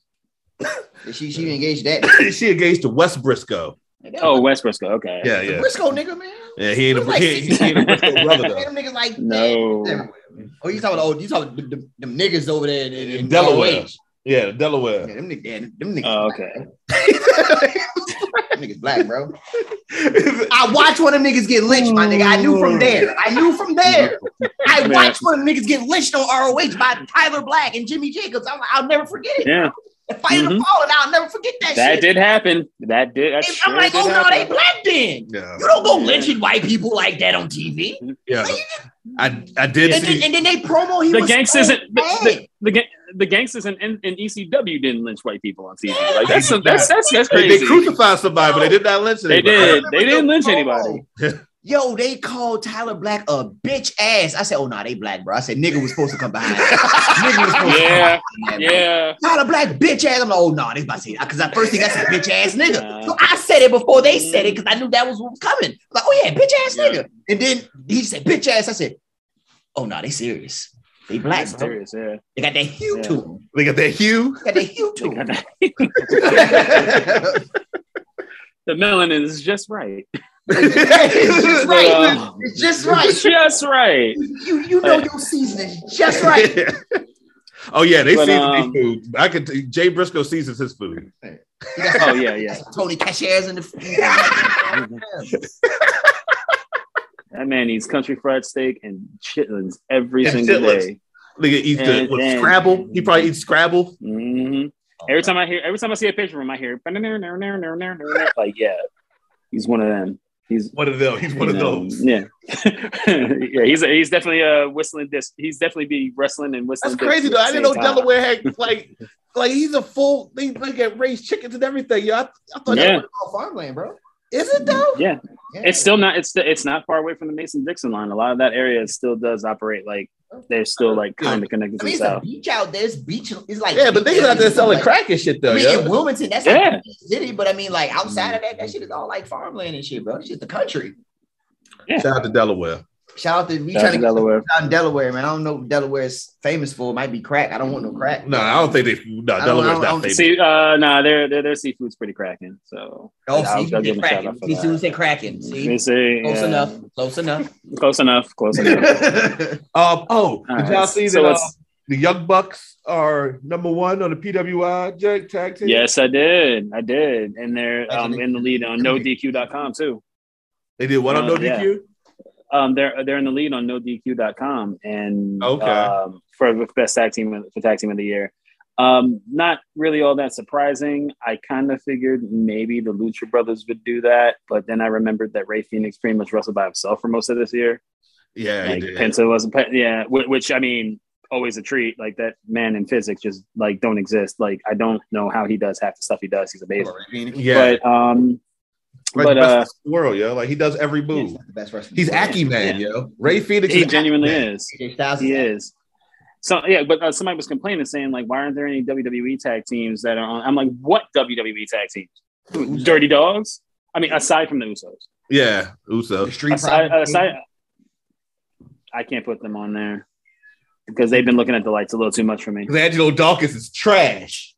<clears throat> She she engaged that. <laughs> she engaged to West Briscoe. Oh, West Briscoe. Okay. Yeah, The yeah, Briscoe nigga, man. yeah. He ain't a, Like- he, ain't- he ain't a Briscoe brother Man, though. them niggas like No. that. Oh, you talking about oh, you talking about them, them, them niggas over there in, in, in Delaware. Delaware? Yeah, Yeah, <laughs> Delaware. them niggas, yeah, them niggas, Oh, okay. them niggas black, bro. I watched one of them niggas get lynched, my nigga. I knew from there. I knew from <laughs> there. I Man. watched one of them niggas get lynched on ROH by Tyler Black and Jimmy Jacobs. I'm, I'll never forget it. Yeah. Fight of the Mhm. fallen. I'll never forget that, That shit. did happen. That did. That And sure I'm like, did oh no, happen. they black then. Yeah, You don't go Yeah. lynching white people like that on TV. yeah. I I And did then, see. and then they promo he the was gangsters so in the, bad. the, the, ga- the gangsters in, in, in ECW didn't lynch white people on TV. Like Yeah, that's some, that's that's that's They, crazy. they crucified somebody, but they did not lynch They I anybody. did. remember They didn't the lynch promo. anybody. Yo, they called Tyler Black a bitch ass. I said, oh no, they black, bro. I said, nigga was supposed to come <laughs> behind. nigga was supposed yeah, to come behind. Yeah. yeah. Tyler Black bitch ass. I'm like, oh no, they about to say because the first thing I said, bitch ass nigga. Nah. So I said it before they said it because I knew that was what was coming. Like, oh yeah, bitch ass Yeah. nigga. And then he said, bitch ass. I said, oh no, they serious. They black, That's bro. serious. Yeah. They got that hue Yeah. to them. They got that hue. <laughs> They got that hue to them. the melanin is just right. <laughs> it's just right. Um, it's just <laughs> right. <laughs> just right. You you know your season is just right. oh yeah, they But, seasoned um, their food. I could. t- Jay Briscoe seasons his food. Oh yeah, <laughs> yeah. Tony Cashier's in the That man eats country fried steak and chitlins every And single chitlins. day. Nigga eats the And- what, and- Scrabble. He probably eats Scrabble. hmm Every time I hear, every time I see a picture of him, I hear like, yeah, he's one of them. He's One of them. He's one of you know, those. Yeah, <laughs> yeah. He's he's definitely uh whistling this. He's definitely be wrestling and whistling. That's discs crazy at though. the I didn't know same time. Delaware <laughs> had like like he's a full. They like at raised chickens and everything. Yo, I, I thought Yeah. that farmland, bro. was, is it though? Yeah, Yeah. it's still not. It's it's not far away from the Mason Dixon line. A lot of that area still does operate like they're still like kind of connected I to mean, the it's a south. beach out there. It's beach. It's like Yeah, but niggas out there selling Like, crack and shit though. I mean, yo. in Wilmington, that's Yeah. Mm-hmm. like the city, but I mean, like outside of that, that shit is all like farmland and shit, bro. It's just the country. Shout out to Delaware. Shout out to we Shout out trying to to get Delaware. out in Delaware, man. I don't know what Delaware is famous for. It might be crack. I don't want no Mm-hmm. crack. No, I don't think they. No, don't- Delaware's I not don't famous. See, uh, nah, their their their seafood's pretty cracking. So Oh, I'll- see, I'll you give said him a shout out cracking. for See, that. soon said cracking. let See, me see. close yeah. enough. Close enough. Close enough. <laughs> Close enough. <laughs> Um, oh, All did right, y'all see so that uh, it's- the Young Bucks are number one on the PWI Jack tag team? Yes, I did. I did. And they're um, Actually, in the lead on nodq.com too. they did one on No Uh, yeah. DQ. Um, they're they're in the lead on nodq.com and Okay. um, for the best tag team for tag team of the year. Um, not really all that surprising. I kind of figured maybe the Lucha Brothers would do that, but then I remembered that Ray Phoenix pretty much wrestled by himself for most of this year. Yeah, like he did. Penta wasn't, pe- yeah. Which, which I mean, always a treat. Like that man in physics just like don't exist. Like I don't know how he does half the stuff he does. He's amazing. yeah, But um, like but the best uh, in the world, yo. Like he does every move. He's not the best wrestler. He's Aki Man, yo. Ray Phoenix he is genuinely Aki Man. is. AJ Styles He is is. So yeah, but uh, somebody was complaining saying like, why aren't there any WWE tag teams that are on? I'm like, what WWE tag teams? Dirty Dogs. I mean, aside from the Usos, Yeah, Uso. the street aside, profit. aside, I can't put them on there because they've been looking at the lights a little too much for me. Because Angelo Dawkins is <laughs> trash.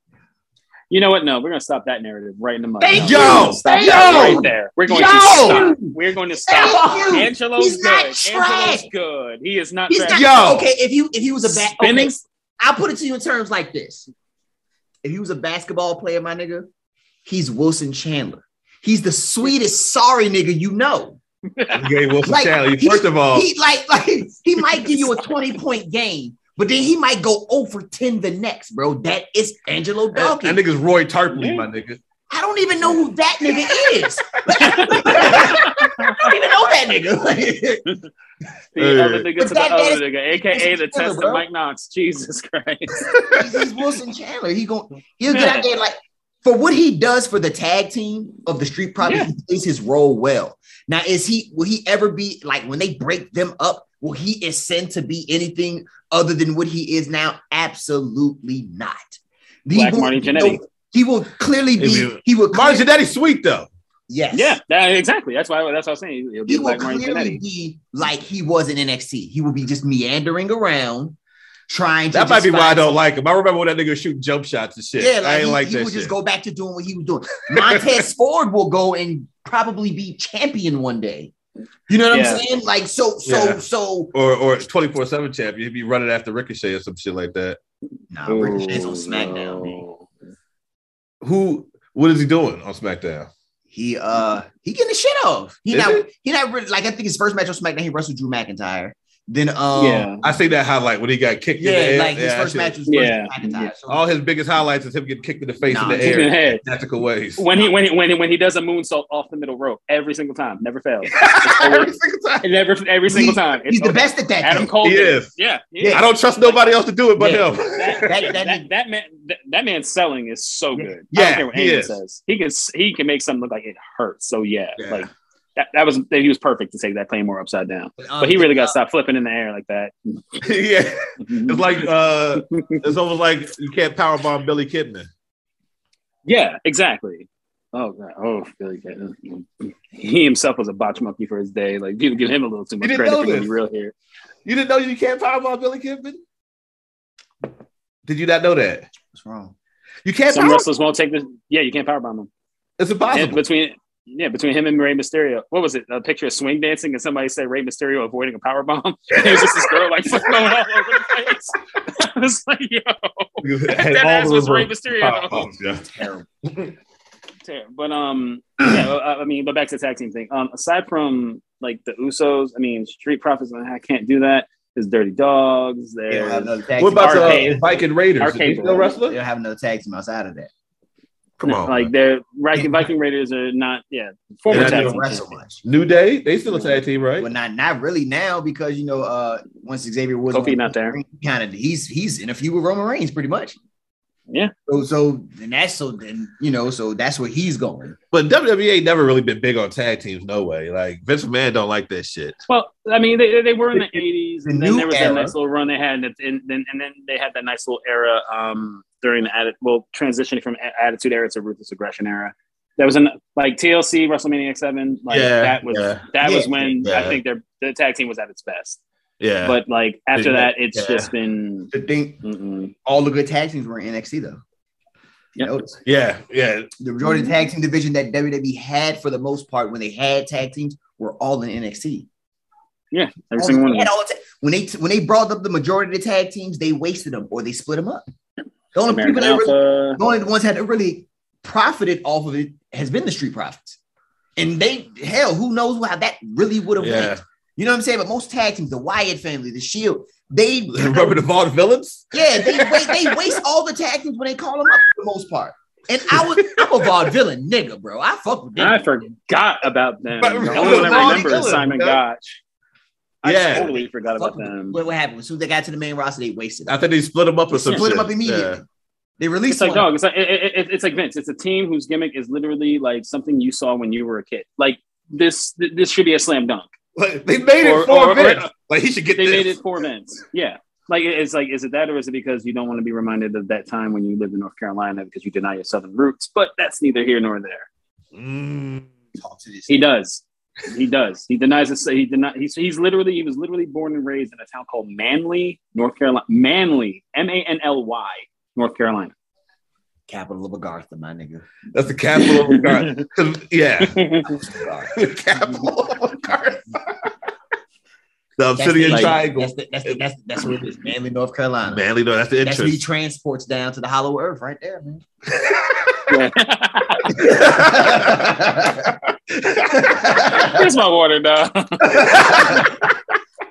You know what? No, we're gonna stop that narrative right in the mud. Thank No, you! we're gonna stop Thank that you! right there. We're going to Yo! stop. We're going to stop. Thank you. Angelo's He's good. not Angelo's trash. good. He is not He's not trash. Yo. okay. If you if he was a bat, Spinning- okay, I'll put it to you in terms like this: If he was a basketball player, my nigga, he's Wilson Chandler. He's the sweetest sorry nigga you know. Okay, Wilson Like, Chandler. he- First of all, He like like he might give you a twenty point game, but then he might go over ten the next, bro. That is Angelo that, that Dawkins. nigga's Roy Tarpley, Yeah. my nigga. I don't even know who that nigga is. <laughs> I don't even know that nigga. The Yeah. other nigga But to the that- that other is- nigga, aka killer, the test bro. of Mike Knox. Jesus <laughs> Christ. he's, he's Wilson Chandler. He going he'll get Yeah. out there like for what he does for the tag team of the Street Profits. Yeah. He plays his role well. Now, is he will he ever be like when they break them up? Will he ascend to be anything other than what he is now? Absolutely not. He Black will- Marty he will- Jannetty. He will clearly be. If He will. Martin clear- Jannetty's sweet though. yes. Yeah, that- exactly. That's why that's what I was saying. It'll be He will like Martin clearly Jannetty. be like he was in NXT. He will be just meandering around, trying to. That might just be why I find don't like him. I remember when that nigga was shooting jump shots and shit. Yeah, like I ain't he, like he that would shit. just go back to doing what he was doing. Montez Ford will go and probably be champion one day. You know what Yeah. I'm saying? Like so, so, Yeah. so. or or twenty four seven champion. He'd be running after Ricochet or some shit like that. Nah, Ricochet's on SmackDown. man. no. Who? What is he doing on SmackDown? He uh, he getting the shit off. He Is not, it? he not really like I think his first match on SmackDown he wrestled Drew McIntyre. Then um, yeah, I see that highlight when he got kicked yeah, in the air. like his Yeah, I first should- match was Yeah. versus McIntyre. So <laughs> All his biggest highlights is him getting kicked in the face Nah, in the Kick in the air, head. tactical ways. <laughs> When he when he when he, when he does a moonsault off the middle rope, every single time, never fails. <laughs> Every single time. It never every single time. It's he's the okay. best at that. Adam thing. Cole. He did it. is. Yeah. he Yeah. is. I don't trust nobody else to do it but Yeah. him. <laughs> <laughs> that, That- that, that- that, man that, that man's selling is so Yeah. good. I Yeah, don't care what he anyone is. says. He can he can make something look like it hurts. So yeah, Yeah. like that, that was he was perfect to take that Claymore upside down. Um, But he really got uh, stopped flipping in the air like that. yeah, it's like uh, it's almost like you can't power bomb Billy Kidman. <laughs> yeah, exactly. Oh god. Oh Billy Kidman. He himself was a botch monkey for his day. Like people give him a little too much didn't credit know for being this. real here. You didn't know you can't power bomb Billy Kidman. Did you not know that What's wrong? you can't? Some power- wrestlers won't take this. Yeah, you can't powerbomb him. it's And impossible. between yeah, between him and Ray Mysterio, what was it? A picture of swing dancing, and somebody said Ray Mysterio avoiding a power bomb. <laughs> It was just this girl like <laughs> flowing all over the place. <laughs> I was like, yo, <laughs> that ass was Ray Mysterio. Oh, yeah. Terrible. Ter- But um, yeah, I I mean, but back to the tag team thing. Um, aside from like the Usos, I mean, Street Profits, I can't do that. There's Dirty Dogs. They don't have There's another tag What team. about the uh, Arcade. Viking Raiders? Are they Arcade. still They wrestling? don't have another tag team outside of that. Come on, like man. they're Viking, Viking Raiders are not yeah former Yeah, they tag don't team wrestle champions. much. New Day. They still a tag team, right? Well, not not really now because you know uh once Xavier Woods Kofi not there. kind of he's he's in a feud with Roman Reigns pretty much. Yeah. So so and that's so then you know so that's where he's going. But WWE never really been big on tag teams, no way. Like Vince McMahon don't like that shit. Well, I mean, they, they were in the eighties, The and then new there was era. that nice little run they had, and then and, and then they had that nice little era um, during the atti- well transitioning from a- Attitude Era to Ruthless Aggression Era. That was in like TLC WrestleMania Seven. Like Yeah, that was yeah. that was Yeah, when yeah. I think their the tag team was at its best. Yeah, But like after Yeah. that, it's Yeah. just been. The thing, Mm-mm. all the good tag teams were in NXT though. You Yep. notice. yeah, yeah. <laughs> the majority of the tag team division that WWE had for the most part when they had tag teams were all in NXT. Yeah, every All- single one they had of them. all the ta- when they when they brought up the majority of the tag teams, they wasted them or they split them up. The only American people that really Alpha. the only ones that really profited off of it has been the Street Profits. And they, hell, who knows how that really would have Yeah. went. You know what I'm saying? But most tag teams, the Wyatt family, the Shield, they, Remember <laughs> the Vaughn villains? <laughs> yeah, they waste, they waste all the tag teams when they call them up for the most part. And I was, I'm a vaudevillain nigga, bro. I fuck with them. I forgot about <laughs> them. But- the only one I Ron remember is Dillon, Simon yeah. Gotch. I Yeah. totally forgot Fuck about with them. What, what happened? As soon as they got to the main roster, they wasted. I Them. think they split them up or some Split them shit. up immediately. Yeah. They released It's like one. dog. It's like it, it- it- it's like Vince. It's a team whose gimmick is literally like something you saw when you were a kid. Like this, th- this should be a slam dunk. Like, they made it Or- for or- Vince. or- like he should get They this. made it for Vince. Yeah. Like it- it's like, is it that, or is it because you don't want to be reminded of that time when you lived in North Carolina because you deny your southern roots? But that's neither here nor there. Mm. Talk to this. He does. He does. He denies it. He denies. He's, he's literally. He was literally born and raised in a town called Manly, North Carolina. Manly, M A N L Y, North <laughs> Carolina. Capital of Agartha, my nigga. That's the capital <laughs> of Gar- 'cause- Yeah. Agartha. <laughs> capital of Gar- The That's the- Obsidian like, Triangle. That's, the, that's, the, that's, that's where it is. <laughs> Manly, North Carolina. Manly, no, that's the That's what he interest. transports down to the hollow earth right there, <laughs> man. Yeah. Here's my water, dog.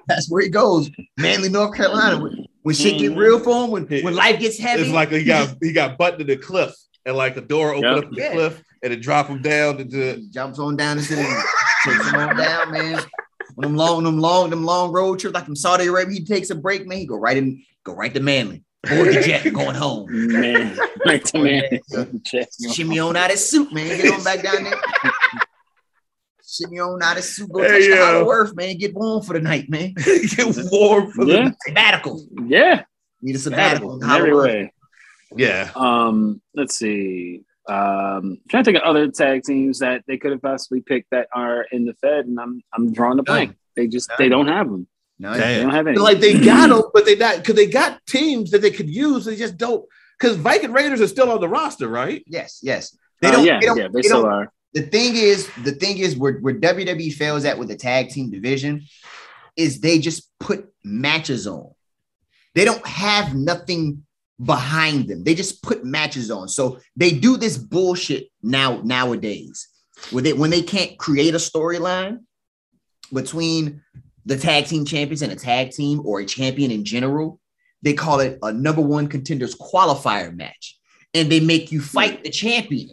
That's where he goes. Manly, North Carolina. When, when shit get real for him, when, when life gets heavy, Mm-hmm. it's like he got he got buttoned in the cliff and like a door opened Yeah. up in the Yeah. cliff and it dropped him down <laughs> into he jumps on down and sitting, takes him on down, man. When them long, them long, them long road trips, like from Saudi Arabia, he takes a break, man. He go right in, go right to Manly. Board the <laughs> jet, going home. man, <laughs> like the man. Shimmy on out his suit, man. Get on back down there. Shimmy on out his suit. Go Hey, touch the yo. hollow earth, man. Get warm for the night, man. get warm for yeah, the <laughs> Sabbatical. yeah, Need a sabbatical. edible Hollow every earth. way. yeah. Um, let's see. Um, trying to think of other tag teams that they could have possibly picked that are in the Fed, and I'm I'm drawing a blank. They just they don't have them. No, They Damn. don't have any. Like they got them, but they not because they got teams that they could use. They just don't because Viking Raiders are still on the roster, right? yes, yes. They Uh, don't. yeah, they don't, yeah, they they still don't- are. The thing is, the thing is, where, where WWE fails at with the tag team division is they just put matches on. They don't have nothing behind them. They just put matches on. So they do this bullshit now nowadays. Where they when they can't create a storyline between the tag team champions and a tag team or a champion in general, they call it a number one contenders qualifier match. And they make you fight the champion.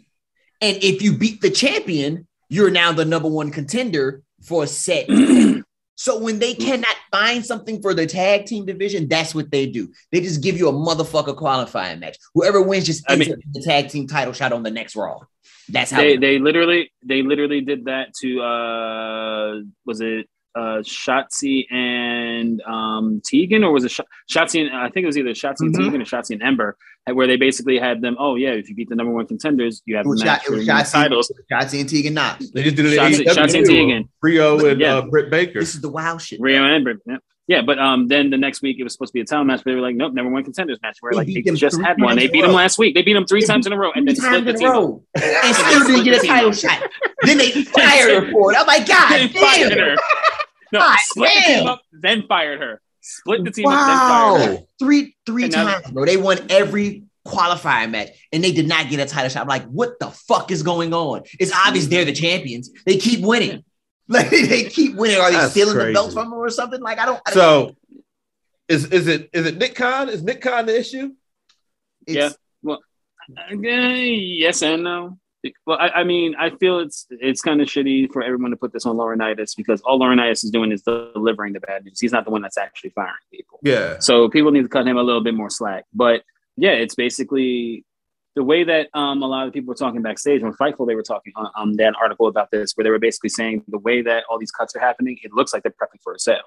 And if you beat the champion, you're now the number one contender for a set. <clears throat> so when they cannot find something for the tag team division, that's what they do. They just give you a motherfucker qualifying match. Whoever wins just I ends mean- up in the tag team title shot on the next Raw. That's how They it- they literally they literally did that to uh was it uh Shotzi and um Tegan or was it Sh- Shotzi and I think it was either Shotzi and Mm-hmm. Mhm. Tegan or Shotzi and Ember and where they basically had them oh yeah if you beat the number one contenders you have it the was, match shot, it for was the Shotzi, titles Shotzi and Tegan Knox. They just did it. Shotzi, in Shotzi and Tegan Rio and Yeah. uh, Britt Baker. This is the wild shit. Rio and Ember yeah. yeah but um then the next week it was supposed to be a title match but they were like nope number one contenders match where They like beat they them just three had times one they in a beat them row. last week they beat them three They times in a row and then split times the in a team up. <laughs> row and still didn't get a title shot. Then they fired her for it. I'm like, God fired damn, her. No, God split the damn. team up, then fired her. Split the team up, then fired her. wow, three three And now- times, bro. They won every qualifying match and they did not get a title shot. I'm like, what the fuck is going on? It's obvious they're the champions. They keep winning. <laughs> Like they keep winning. Are they That's stealing the belts crazy. from them or something? Like I don't. I don't So is is it is it Nick Khan? Is Nick Khan the issue? it's- yeah. Okay, yes and no. Well, I, I mean, I feel it's it's kind of shitty for everyone to put this on Laurinaitis because all Laurinaitis is doing is delivering the bad news. He's not the one that's actually firing people. Yeah. So people need to cut him a little bit more slack. But yeah, it's basically the way that um, a lot of people were talking backstage when Fightful they were talking on um, that article about this, where they were basically saying the way that all these cuts are happening, it looks like they're prepping for a sale.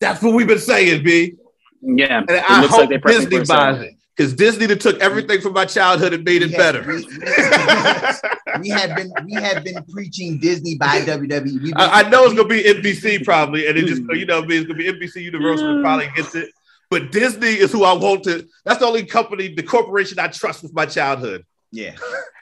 That's what we've been saying, B. Yeah, And it I looks hope like they're prepping Disney for a sale. buys it. Because Disney done took everything from my childhood and made it Yeah. better. we have been we have been preaching Disney <laughs> by E. WWE. We've been- <laughs> I, I know it's gonna be NBC probably, and it just you know what I mean, it's gonna be NBC Universal that probably gets it. But Disney is who I want to. That's the only company, the corporation I trust with <laughs> my childhood. yeah.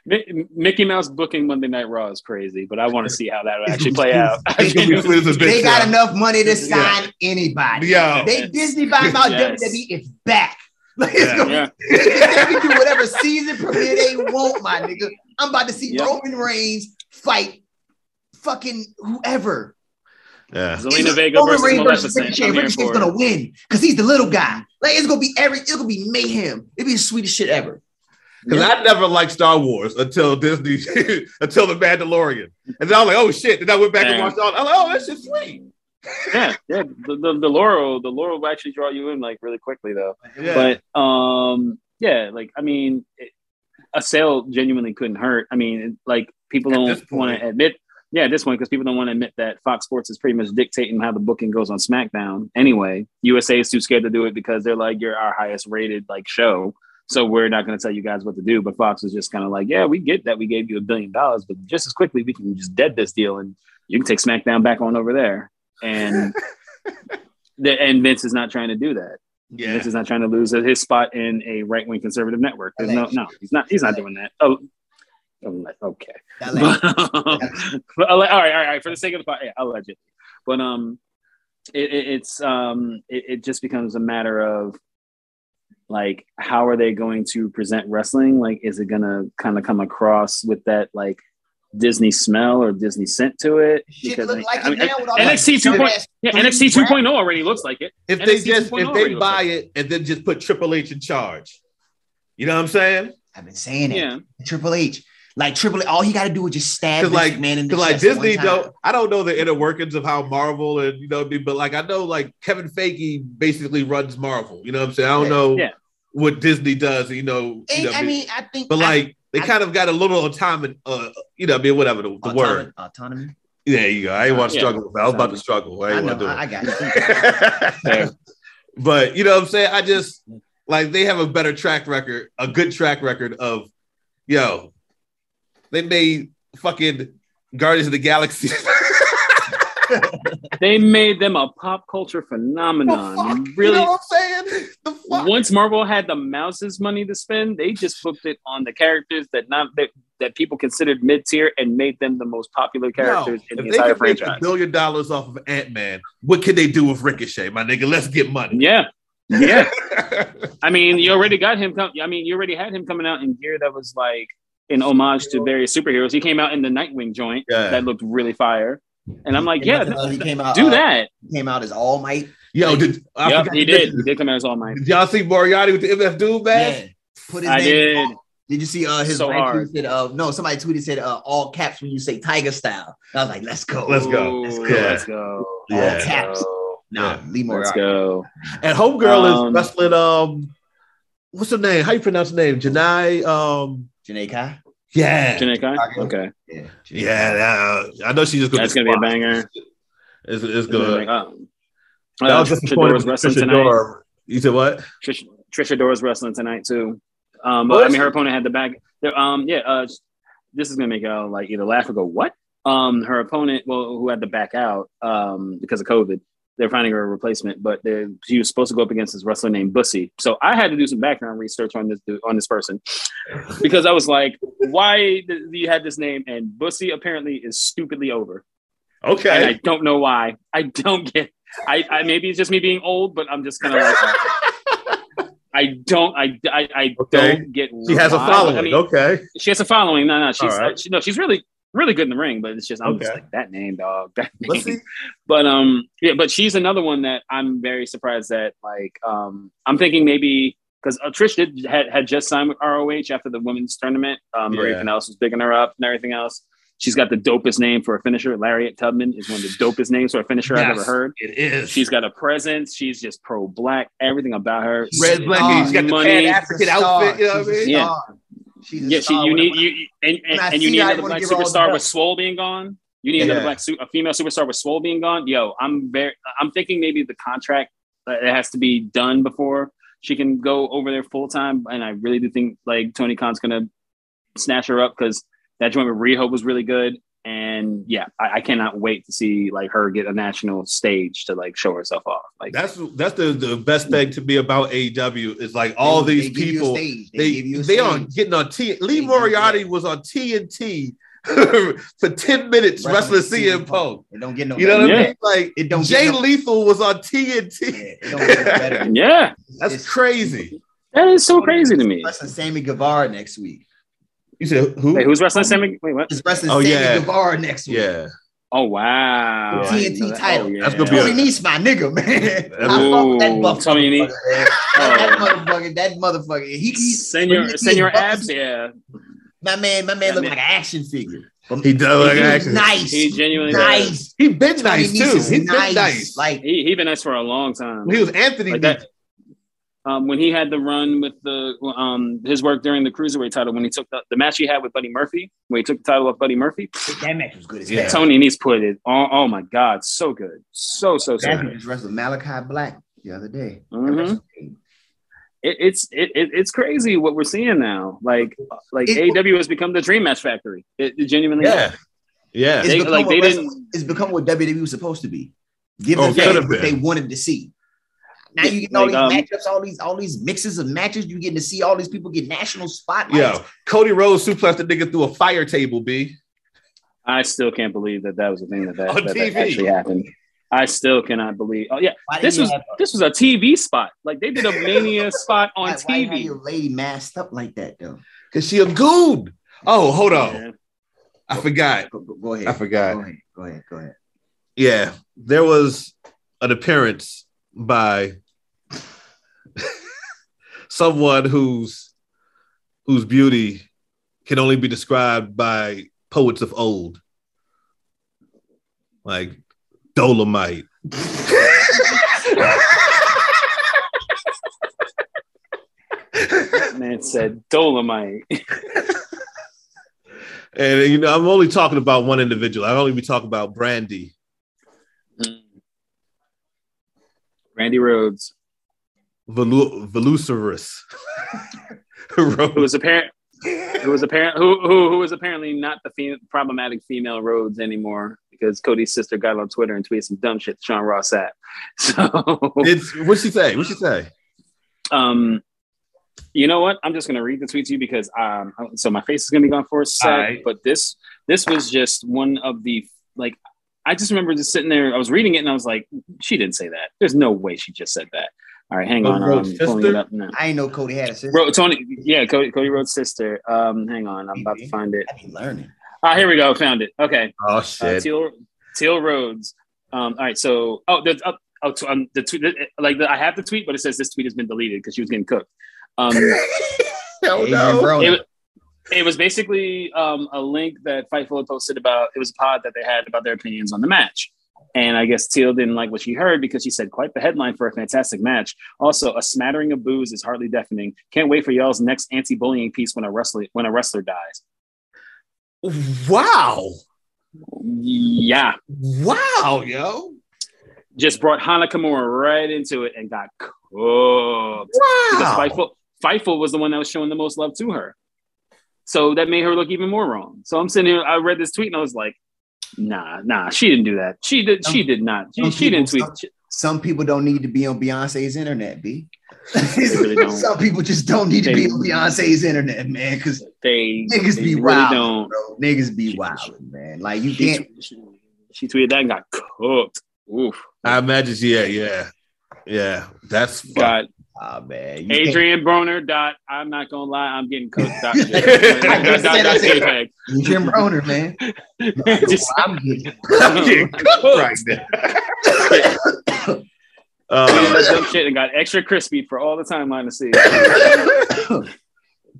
Mi- Mickey Mouse booking Monday Night Raw is crazy, but I want to see how that would actually play out. It's gonna be sweet as a bitch. They got yo. enough money to sign anybody. Yo. They Yes. Disney buying out Yes. WWE. It's E back. <laughs> Like, it's Yeah. gonna- <laughs> yeah, they can do whatever season premiere they want, my nigga. I'm about to see Yeah. Roman Reigns fight fucking whoever. Yeah. Zelina It's Vega versus Maleficent. Ricochet. I'm here Ricochet's for gonna it. win because he's the little guy. Like it's gonna be every. It's gonna be mayhem. It'd be the sweetest shit ever. Because I never liked Star Wars until Disney, <laughs> until The Mandalorian. And then I was like, oh shit. Then I went back and Damn. watched all. I'm like, oh, that's just sweet. yeah, yeah. The, the, the laurel, the laurel will actually draw you in like really quickly though. Yeah. But um, yeah, like I mean, it, a sale genuinely couldn't hurt. I mean, it- like people At this don't point. want to admit. Yeah, at this point, because people don't want to admit that Fox Sports is pretty much dictating how the booking goes on SmackDown. Anyway, USA is too scared to do it because they're like, "You're our highest rated like show, so we're not going to tell you guys what to do." But Fox was just kind of like, "Yeah, we get that we gave you a billion dollars, but just as quickly we can just dead this deal and you can take SmackDown back on over there." <laughs> And the, and Vince is not trying to do that. yeah. Vince is not trying to lose his spot in a right wing conservative network. There's no, Alleged. no, he's not. He's not doing that. Oh, oh, okay. <laughs> I But, like- but alle- all right, all right, all right. For the sake of the pot, yeah, allegedly. But um, it, it, it's um, it, it just becomes a matter of like, how are they going to present wrestling? Like, is it gonna kind of come across with that like Disney smell or Disney scent to it? shit look like, like I it mean, now with all NXT that 2.0. dumbass- yeah, NXT 2.0 already looks like it. If NXT they just 2.0 if they already looks buy like it and then just put Triple H in charge, you know what I'm saying? I've been saying it. Yeah. Triple H. Like Triple H, all he got to do is just stab 'Cause, Vince like- McMahon in the Because like chest one Disney time. don't, I don't know the inner workings of how Marvel and you know, what I mean, but like I know like Kevin Feige basically runs Marvel. You know what I'm saying? I don't Yeah. know Yeah. what Disney does. You know, you And, know what I mean, I think. E. but I- like they I- kind of got a little autonomy. Uh, you know, what I mean, whatever the, the autonomy. word. autonomy. There you go. I ain't want to Uh, Yeah. struggle. with that. I was about to struggle. I I, ain't know. want to do it. I, I got it. <laughs> Yeah. but you know what I'm saying? I just like they have a better track record, a good track record of yo, they made fucking Guardians of the Galaxy. <laughs> They made them a pop culture phenomenon. Oh, fuck? Really, You know what I'm saying? The fuck? once Marvel had the mouse's money to spend, they just booked it on the characters that not that, that people considered mid tier and made them the most popular characters No. in the if they entire can make a franchise. billion dollars off of Ant Man, what can they do with Ricochet, my nigga? Let's get <laughs> money. <laughs> Yeah, yeah. <laughs> I mean, you already got him. Com- I mean, you already had him coming out in gear that was like in homage to various superheroes. He came out in the Nightwing joint Yeah. that looked really fire. And I'm like, Came yeah, out- he came out. do uh, that. he Came out as All Might. Yo, did I Yep, forgot he to did. mention- He did come out as All Might. Did y'all see Moriarty with the MF Doom badge? Yeah. Put his I name. did. Did you see uh his So wife hard. tweeted uh no somebody tweeted said uh all caps when you say Tiger style. I was like, let's go. Let's go. Ooh, Let's go. Let's go. All Yeah. caps. Nah, Yeah. Lee Let's Moriarty. go. And Homegirl Um, is wrestling. Um, what's her name? How you pronounce her name? Janai. Um, Janae Kai. yeah, Janae Kai? Okay. Okay. Yeah. Janae Kai. yeah. that- I know she's just gonna. That's going to be a banger. It's, it's good. Um, I uh, was Trisha disappointed Dora's with wrestling Trisha tonight. Dora. You said what? Trish, Trisha Dora's wrestling tonight too. Um, Oh, but I is mean, her she? opponent had the back. There, um, yeah, uh, this is gonna make y'all like either laugh or go what? Um, her opponent, well, who had to back out um, because of COVID, they're finding her a replacement. But they're- she was supposed to go up against this wrestler named Bussy. So I had to do some background research on this dude- on this person because I was like, why th- you had this name? And Bussy apparently is stupidly over and I Okay. don't know why. I don't get. I, I maybe it's just me being old, but I'm just kind of like. I don't. I I, I Okay. don't get. She has a why. following. I mean, okay. She has a following. No, no. She's All right. she, no. She's really really good in the ring, but it's just I'm just Okay. like that name, dog. That name. Let's see. But um, yeah. But she's another one that I'm very surprised that like um, I'm thinking maybe. Because uh, Trish did had, had just signed with ROH after the women's tournament. Um, Maria Yeah. Canales was picking her up and everything else. She's got the dopest name for a finisher. Lariat Tubman is one <sighs> of the dopest names for a finisher I've Yes. ever heard. It is. She's got a presence. She's just pro black. Everything about her. red She's leggings. She's got the money. Pan She's African a star. outfit. You know what I She's a mean? Yeah. star. She's a Yeah, she, star. you oh, When- need you you- and when I and, and you see need her, I another wanna black give her all the superstar help. with Swole being gone. You need another Yeah. black su- a female superstar with Swole being gone. Yo, I'm very. I'm thinking maybe the contract that it has to be done before she can go over there full time. And I really do think like Tony Khan's gonna snatch her up because that joint with Riho was really good. And yeah, I, I cannot wait to see like her get a national stage to like show herself off. Like That's that's the, the best thing to be about AEW is like all they- these they give you a people stage. They, they give you a they stage. on getting on T. Lee give you- Moriarty was on TNT <laughs> for ten minutes <laughs> wrestling CM Punk. It don't get no. <laughs> You know what Yeah. I mean? Like It don't Jay get no, Lethal was on TNT. yeah, it don't <laughs> get no better. yeah, That's It's- crazy. that is so crazy to me. Wrestling Sammy Guevara next week. You said who? Wait, who's wrestling Sammy? Wait, what? It's wrestling Oh, Sammy yeah. Guevara next week. Yeah, Oh wow! The I didn't TNT know that. Oh, title. That's gonna be Tony a- Nese, my nigga, <laughs> man. I fuck Ooh, with that buff Tony <laughs> motherfucker, man. That Oh. motherfucker, that motherfucker. He, he Send your when you see send your his buff- abs. Yeah, my man, my man That looked man- like an action figure. he does like He an was actor. nice. he genuinely does. nice. He been Tony nice Nese too. is He been nice. Like Like He he been nice for a long time. he was Anthony. Like that. Um, when he had the run with the um his work during the cruiserweight title, when he took the, the match he had with Buddy Murphy, when he took the title off Buddy Murphy, that match was good as Yeah. yeah. Tony Nese put it. Oh, oh my God, so good, so so so. That's Good. who just wrestled Malachi Black the other day. Mhm. It, it's it, it, it's crazy what we're seeing now. Like like It- AW has become the dream match factory. It, it genuinely. yeah, yeah. It's, They- become like, like they they didn't- it's become what WWE was supposed to be. Give Oh, them it could've fans what been. they wanted to see. Now Yeah, you get all like, um, these matchups, all these all these mixes of matches. You getting to see all these people get national spotlights. Yo, Cody Rhodes suplexed the nigga through a fire table. B. I still can't believe that that was the thing that that, On that, that TV. actually happened. I still cannot believe. Oh yeah, Why didn't this you was have- this was a TV spot. Like they did a <laughs> mania spot on why, why you have TV. your lady masked up like that though? Cause she a goon. Oh, hold on. Yeah. I forgot. Go, go- go ahead. I forgot. Go ahead. Go ahead. Go ahead. Yeah, there was an appearance by <laughs> someone whose whose beauty can only be described by poets of old, like Dolomite. That Man said Dolomite. <laughs> And you know, I'm only talking about one individual. I'd only be talking about Brandy. Randy Rhodes, Velu- Velucerus. <laughs> who Rhodes. was apparent, who was apparent, who who who was apparently not the fem- problematic female Rhodes anymore because Cody's sister got on Twitter and tweeted some dumb shit. Sean Ross at. <laughs> So It's what'd she say? What'd she say? um, you know what? I'm just gonna read the tweet to you because um, so my face is gonna be gone for a sec. Alright. But this this was just one of the like I just remember just sitting there. I was reading it and I was like, she didn't say that. There's no way she just said that. All right, hang Oh, on. Rhodes' I'm pulling it sister? up now. I ain't know Cody had a sister. Bro, Tony, yeah, Cody, Cody Rhodes' sister. Mm-hmm. Um, hang on, I'm about to find it. I be learning. Ah, here we go. Found it. Okay, Oh uh, shit. Teal, Teal Rhodes. Um, all right, so oh, the, oh, oh so, um, the tweet, like the, I have the tweet, but it says this tweet has been deleted because she was getting cooked. <laughs> Um, Hell Adrian no. Broner. it, wa- it was basically um, a link that Fightful had posted about. It was a pod that they had about their opinions on the match. And I guess Teal didn't like what she heard because she said quite the headline for a fantastic match. Also, a smattering of booze is hardly deafening. Can't wait for y'all's next anti-bullying piece when a wrestler when a wrestler dies. Wow. Yeah, Wow, yo. just brought Hana Kimura right into it and got cooked. because Wow. Fightful, Fightful was the one that was showing the most love to her. So that made her look even more wrong. So I'm sitting here, I read this tweet and I was like, nah, nah, she didn't do that. She did, she did not. She, Some she didn't tweet. people- Some people don't need to be on Beyonce's internet, B. <laughs> really don't. Some people just don't need to They- be on Beyonce's internet, man, because They, niggas they be really wild, don't. bro. Niggas be She- wild, man. Like you She, can't. she, she tweeted that and got cooked. Oof. I imagine, yeah, yeah. Yeah. That's fucked. Got Ah, man. You can't- Adrian Broner. Dot. I'm not gonna lie. I'm getting cooked. Dot. dot, I dot, dot, said JPEG. Jim Broner, <laughs> man. Just- I'm getting <laughs> I'm getting cooked right now. <coughs> tweeted Oh, that dumb shit and got extra crispy for all the timeline to see.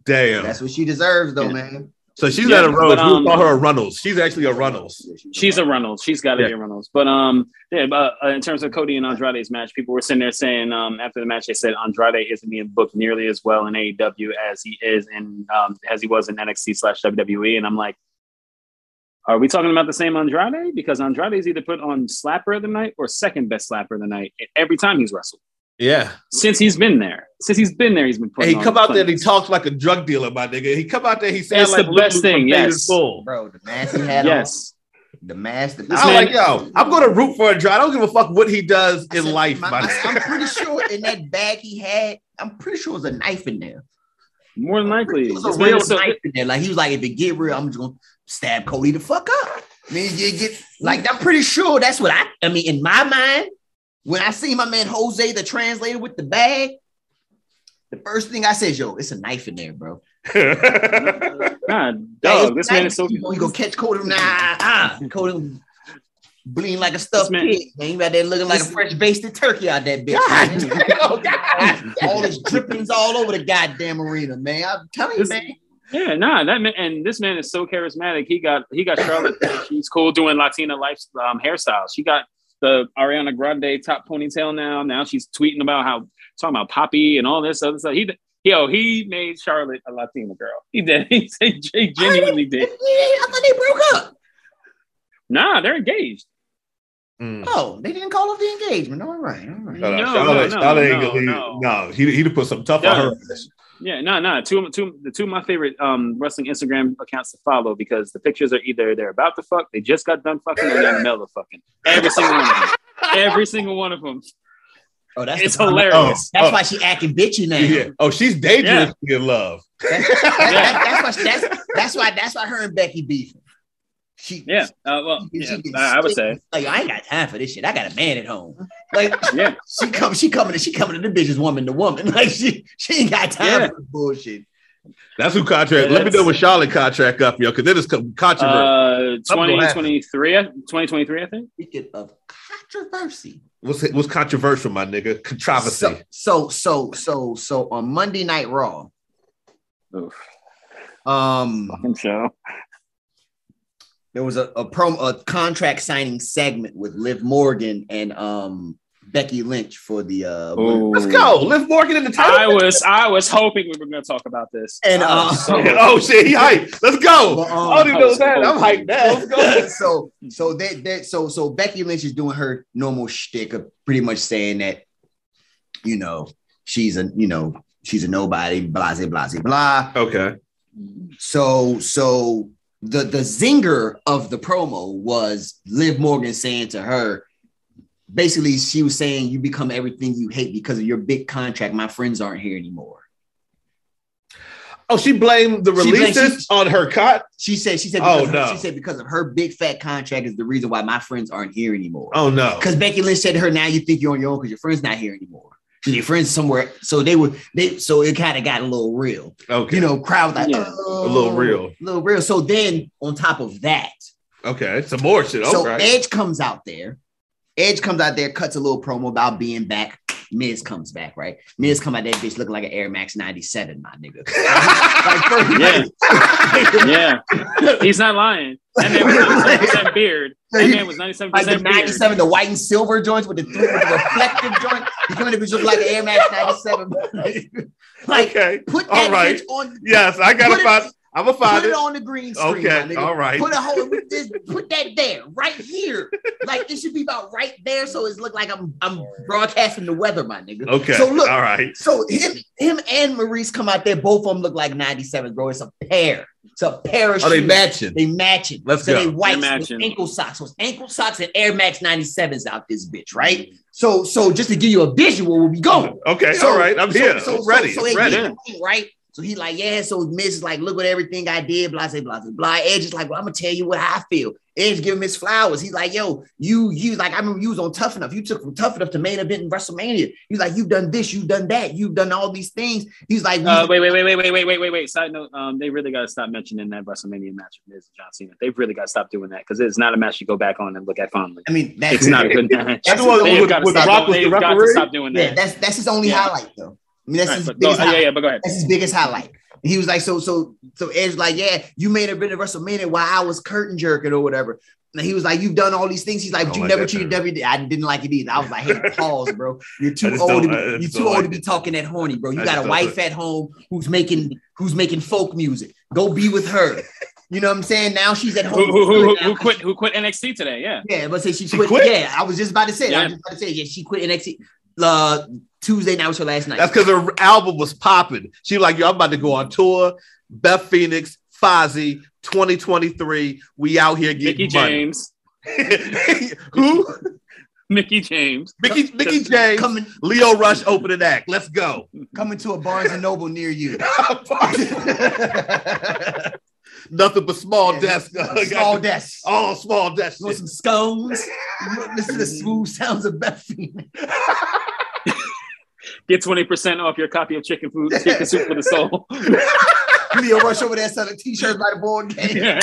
damn. That's what she deserves, though, Yeah. man. So she's Yeah, not a Rose. but, we um, would call her a Runnels. She's actually a Runnels. She's a Reynolds. She's got to Yeah. be a Reynolds. But um, yeah. But uh, in terms of Cody and Andrade's match, people were sitting there saying um after the match they said Andrade isn't being booked nearly as well in AEW as he is in um as he was in NXT slash WWE, and I'm like, are we talking about the same Andrade? Because Andrade's either put on slapper of the night or second best slapper of the night every time he's wrestled Yeah. since he's been there. Since he's been there, he's been And putting. he on come out there and clinics. he talks like a drug dealer, my nigga. He come out there, he sounds It's like the best Lulu thing, from yes. Vegas Full. Bro, the mask he had on. Yes. The mask. The, This I'm man- like, yo, I'm gonna root for a drug. I don't give a fuck what he does I in said, life, my- my I- nigga. I'm pretty sure in that bag he had, I'm pretty sure it was a knife in there. More than likely, It was a This man real is so- knife in there. Like he was like, if it get real, I'm just gonna stab Cody the fuck up. I mean, it get like I'm pretty sure that's what I. I mean, in my mind, when I see my man Jose the translator with the bag, the first thing I said, yo, it's a knife in there, bro. Nah, dog, Like, knife, this man is so. you gonna, you gonna catch Cody? Nah, uh, Cody. Bleeding like a stuffed This man- pig, man. You out there looking like a This- fresh basted turkey out that bitch. man. <laughs> God damn, oh, God. all his drippings all over the goddamn arena, man. I'm telling you, This- man. Yeah, nah, that man and this man is so charismatic. He got he got Charlotte. She's cool doing Latina life um, hairstyles. She got the Ariana Grande top ponytail now. Now she's tweeting about how talking about Poppy and all this other stuff. He yo, he made Charlotte a Latina girl. He did. <laughs> He, said- he genuinely Yeah, did. I thought they broke up. Nah, they're engaged. <laughs> Mm. Oh, they didn't call off the engagement. All right, all right. No, no, No, Charlotte- no, no, Charlotte ain't no, gonna leave. no. No, he he'd have put some tough on Yeah. her. Yeah, no, no. Two, two, the two of my favorite um, wrestling Instagram accounts to follow because the pictures are either they're about to fuck, they just got done fucking, or they're in the middle of fucking. Every single one of them. Every single one of them. Oh, that's It's the- hilarious. That's Oh. why she acting bitchy now. Yeah. Oh, she's dangerously in love. That- Yeah. that- that's, why, that's, that's why. That's why her and Becky beefing. She, Yeah. Uh, well, she- yeah, she gets I I would sick. say. like I ain't got time for this shit. I got a man at home. Like <laughs> Yeah. she come, she coming, to- she coming to the bitches woman to woman. <laughs> Like she, she ain't got time Yeah. for this bullshit. That's who contract. Yeah, Let me know that's- when Charlotte contract up, yo, because it is co- controversy. Uh, Something will happen. 2023, I- 2023, I think. Speaking of controversy, what's what's controversial, my nigga? Controversy. so, so, so, so, so on Monday Night Raw, Oof, um, fucking show. there was a, a promo a contract signing segment with Liv Morgan and um Becky Lynch for the uh Oh. women. Let's go. Liv Morgan in the title. I was I was hoping we were going to talk about this. And, I was uh, <laughs> oh shit, he hyped. Let's go. But, um, Oh, I don't even know that. I'm hyped now. oh, Let's go. <laughs> so so that that so so Becky Lynch is doing her normal shtick of pretty much saying that you know she's a you know she's a nobody blah blah blah blah Okay. So so the the zinger of the promo was Liv Morgan saying to her, basically she was saying you become everything you hate because of your big contract. My friends aren't here anymore. Oh, she blamed the She blamed- releases on her cut. She said she said Oh, because of her- no. she said because of her big fat contract is the reason why my friends aren't here anymore. Oh no. Because Becky Lynch said to her, now you think you're on your own because your friends not here anymore. 'Cause Your friends somewhere, so they were they so it kind of got a little real. Okay. you know, crowd like Yeah. "Oh," A little real. a little real. So then on top of that, Okay, some more shit. so All right. Edge comes out there. Edge comes out there, cuts a little promo about being back. Miz comes back, right? Miz come out that bitch looking like an Air Max 97, my nigga. <laughs> <laughs> like, first, Yeah. like, Yeah, he's not lying. That man was 97 percent beard. That man was 97 like the percent beard. 97, the white and silver joints with the, three, with the reflective joint. He coming to be looking like an Air Max 97. <laughs> like, okay. put All that right. bitch on, Yes, I gotta Put it- find. I'm gonna put find it it. on the green screen, my Okay. nigga. All right. Put a hole. Just put that there, right here. Like it should be about right there, so it's look like I'm I'm broadcasting the weather, my nigga. Okay. So look. All right. So him, him and Maurice come out there. Both of them look like 97, bro. It's a pair. It's a pair of Are they shoes. matching? They matching. Let's so go. they white They're with matching. ankle socks. So it's ankle socks and Air Max 97s out this bitch, right? So so just to give you a visual, where we going. Okay. So- all right. I'm so- here. so- I'm ready. so- so I'm it ready. gets to the point, right? So he like, yeah. So Miz is like, look what everything I did, blah, blah, blah, blah. Edge is like, well, I'm gonna tell you what I feel. Edge give him his flowers. He's like, yo, you, you, like, I remember you was on Tough Enough. You took from Tough Enough to main event in WrestleMania. He's like, you've done this, you've done that, you've done all these things. He's like, Uh, we- wait, wait, wait, wait, wait, wait, wait, wait, wait. Side note: um, They really got to stop mentioning that WrestleMania match with Miz and John Cena. They've really got to stop doing that because it's not a match you go back on and look at fondly. I mean, that's It's not a good match. <laughs> That's the one the They've with- got to with The stop, Rock was they've the got to referee? stop doing yeah, that. that's that's his only Yeah. highlight though. I mean, that's All right, his but go- biggest oh, yeah, yeah, but go ahead. That's his biggest highlight. And he was like, so, so, so Edge like, yeah, you made a bit of WrestleMania while I was curtain jerking or whatever. And he was like, you've done all these things. He's like, I but don't you like never that treated term. WD. I didn't like it either. I was like, <laughs> hey, pause, bro. You're I too just old. To don't- I be, just you're don't too old like to be it. talking that horny, bro. You I just got a don't wife like at home who's making who's making folk music. Go be with her. You know what I'm saying? Now she's at Who, home. who, who, who quit? Who quit NXT today? Yeah, Yeah, but say she, She quit. quit? Yeah, I was just about to say. that. I Yeah. was just about to say. Yeah, she quit NXT uh, Tuesday. Now was her last night. That's because her album was popping. She like, yo, I'm about to go on tour. Beth Phoenix, Fozzy, 2023. We out here Mickey getting money. James. <laughs> <laughs> Who? Mickey James. Mickey, Mickey James, coming Leo Rush opening act. Let's go. coming to a Barnes and Noble near <laughs> you. Nothing but small Yeah, desk. <laughs> Small desk. All small desk. You want some scones? You want- Listen to the smooth sounds of Beth Phoenix. Get twenty percent off your copy of Chicken Food, <laughs> Chicken Soup for the Soul. <laughs> Leo Rush over there selling t-shirts by the board game. Yeah.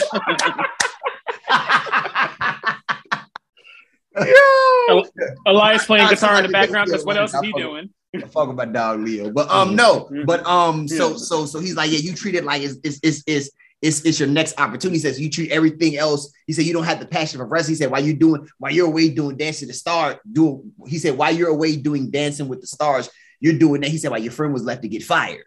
Yo. Elias playing I- guitar in the I- I- background because what else is he I- doing? fuck about dog Leo. But Mm-hmm. um no, Mhm. but um so Yeah. so so he's like, yeah, you treat it like it's it's it's it's it's, it's your next opportunity. He says you treat everything else. He said you don't have the passion for wrestling. He said while you doing while you're away doing Dancing with the Star, do he said while you're away doing Dancing with the Stars, you're doing that. He said while your friend was left to get fired.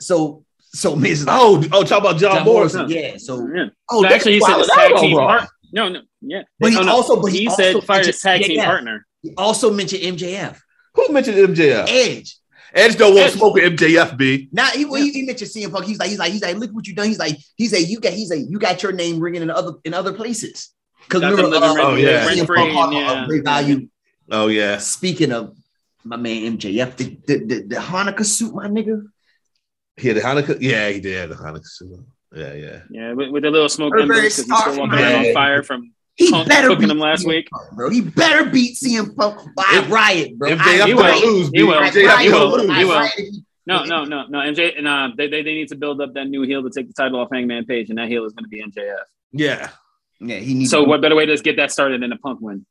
So so <laughs> Miz is like, Oh, oh, talk about John, John Morrison. Morrison, yeah. So Yeah. oh, So actually, he that's said why his I tag was team wrong. partner. No, no, yeah. But he Oh, no. also but he, he also said fired his tag mentioned- team yeah, partner. He also mentioned MJF, Who mentioned MJF? Edge. Edge don't want Edge. smoke with MJF, B. Now he, well, he, he mentioned CM Punk. He's like, he's like, he's like, look what you done. He's like, he's like, you got, he's like, you got your name ringing in other in other places. Because Got remember, them living uh, rent- Oh, yeah. CM rent-free Punk called and, him a yeah. great value. Oh, yeah. Speaking of my man MJF, the the, the, the Hanukkah suit, my nigga. He had the Hanukkah. Yeah, he did have the Hanukkah. suit on. Yeah, yeah. Yeah, with, with a little smoke Her ember very because he's still scarf, walking man. around on fire from He Punk better cooking beat him last CM week. Punk, bro. He better beat CM Punk by If- riot, bro. MJF gonna he will. lose, He B. will. I MJF riot. gonna will. lose. I He will. riot if he- No, no, no, no. MJ and uh, they, they they need to build up that new heel to take the title off Hangman Page, and that heel is going to be MJF. Yeah, Yeah. he Mm-hmm. needs. So what better way to get that started than a <laughs> Punk win?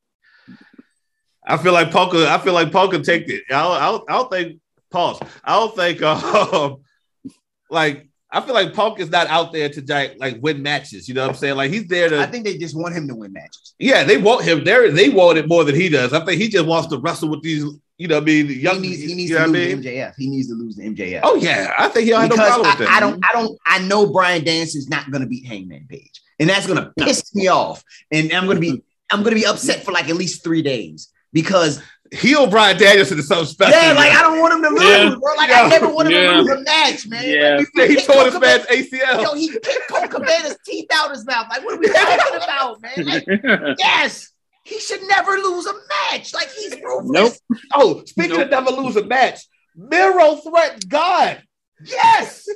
I feel like Punk. I feel like Punk could take it. I don't, I don't, I don't think pause. I don't think um, <laughs> like I feel like Punk is not out there to like, like win matches. You know what I'm saying? Like he's there to. I think they just want him to win matches. yeah, they want him there. They want it more than he does. I think he just wants to wrestle with these. You know what I mean? Young. He needs, he needs you know to what I lose mean? to MJF. He needs to lose to MJF. Oh yeah, I think he don't have no because problem with that. I, I don't, I don't, I know Brian Dance is not going to beat Hangman Page, and that's going to piss me off, and I'm going to be, I'm going to be upset for like at least three days because Heal Brian Danielson is something special. yeah, like I don't want him to lose, Yeah. bro. Like Yeah. I never want him Yeah. to lose a match, man. Yeah. Like, he kicked tore this Cole man's Cabana- ACL. Yo, he kicked Cole Cabana's teeth out his mouth. Like, what are we talking about, man? Like, yes, he should never lose a match. Like he's ruthless. Oh, speaking of never lose a match, Miro threatened God. Yes.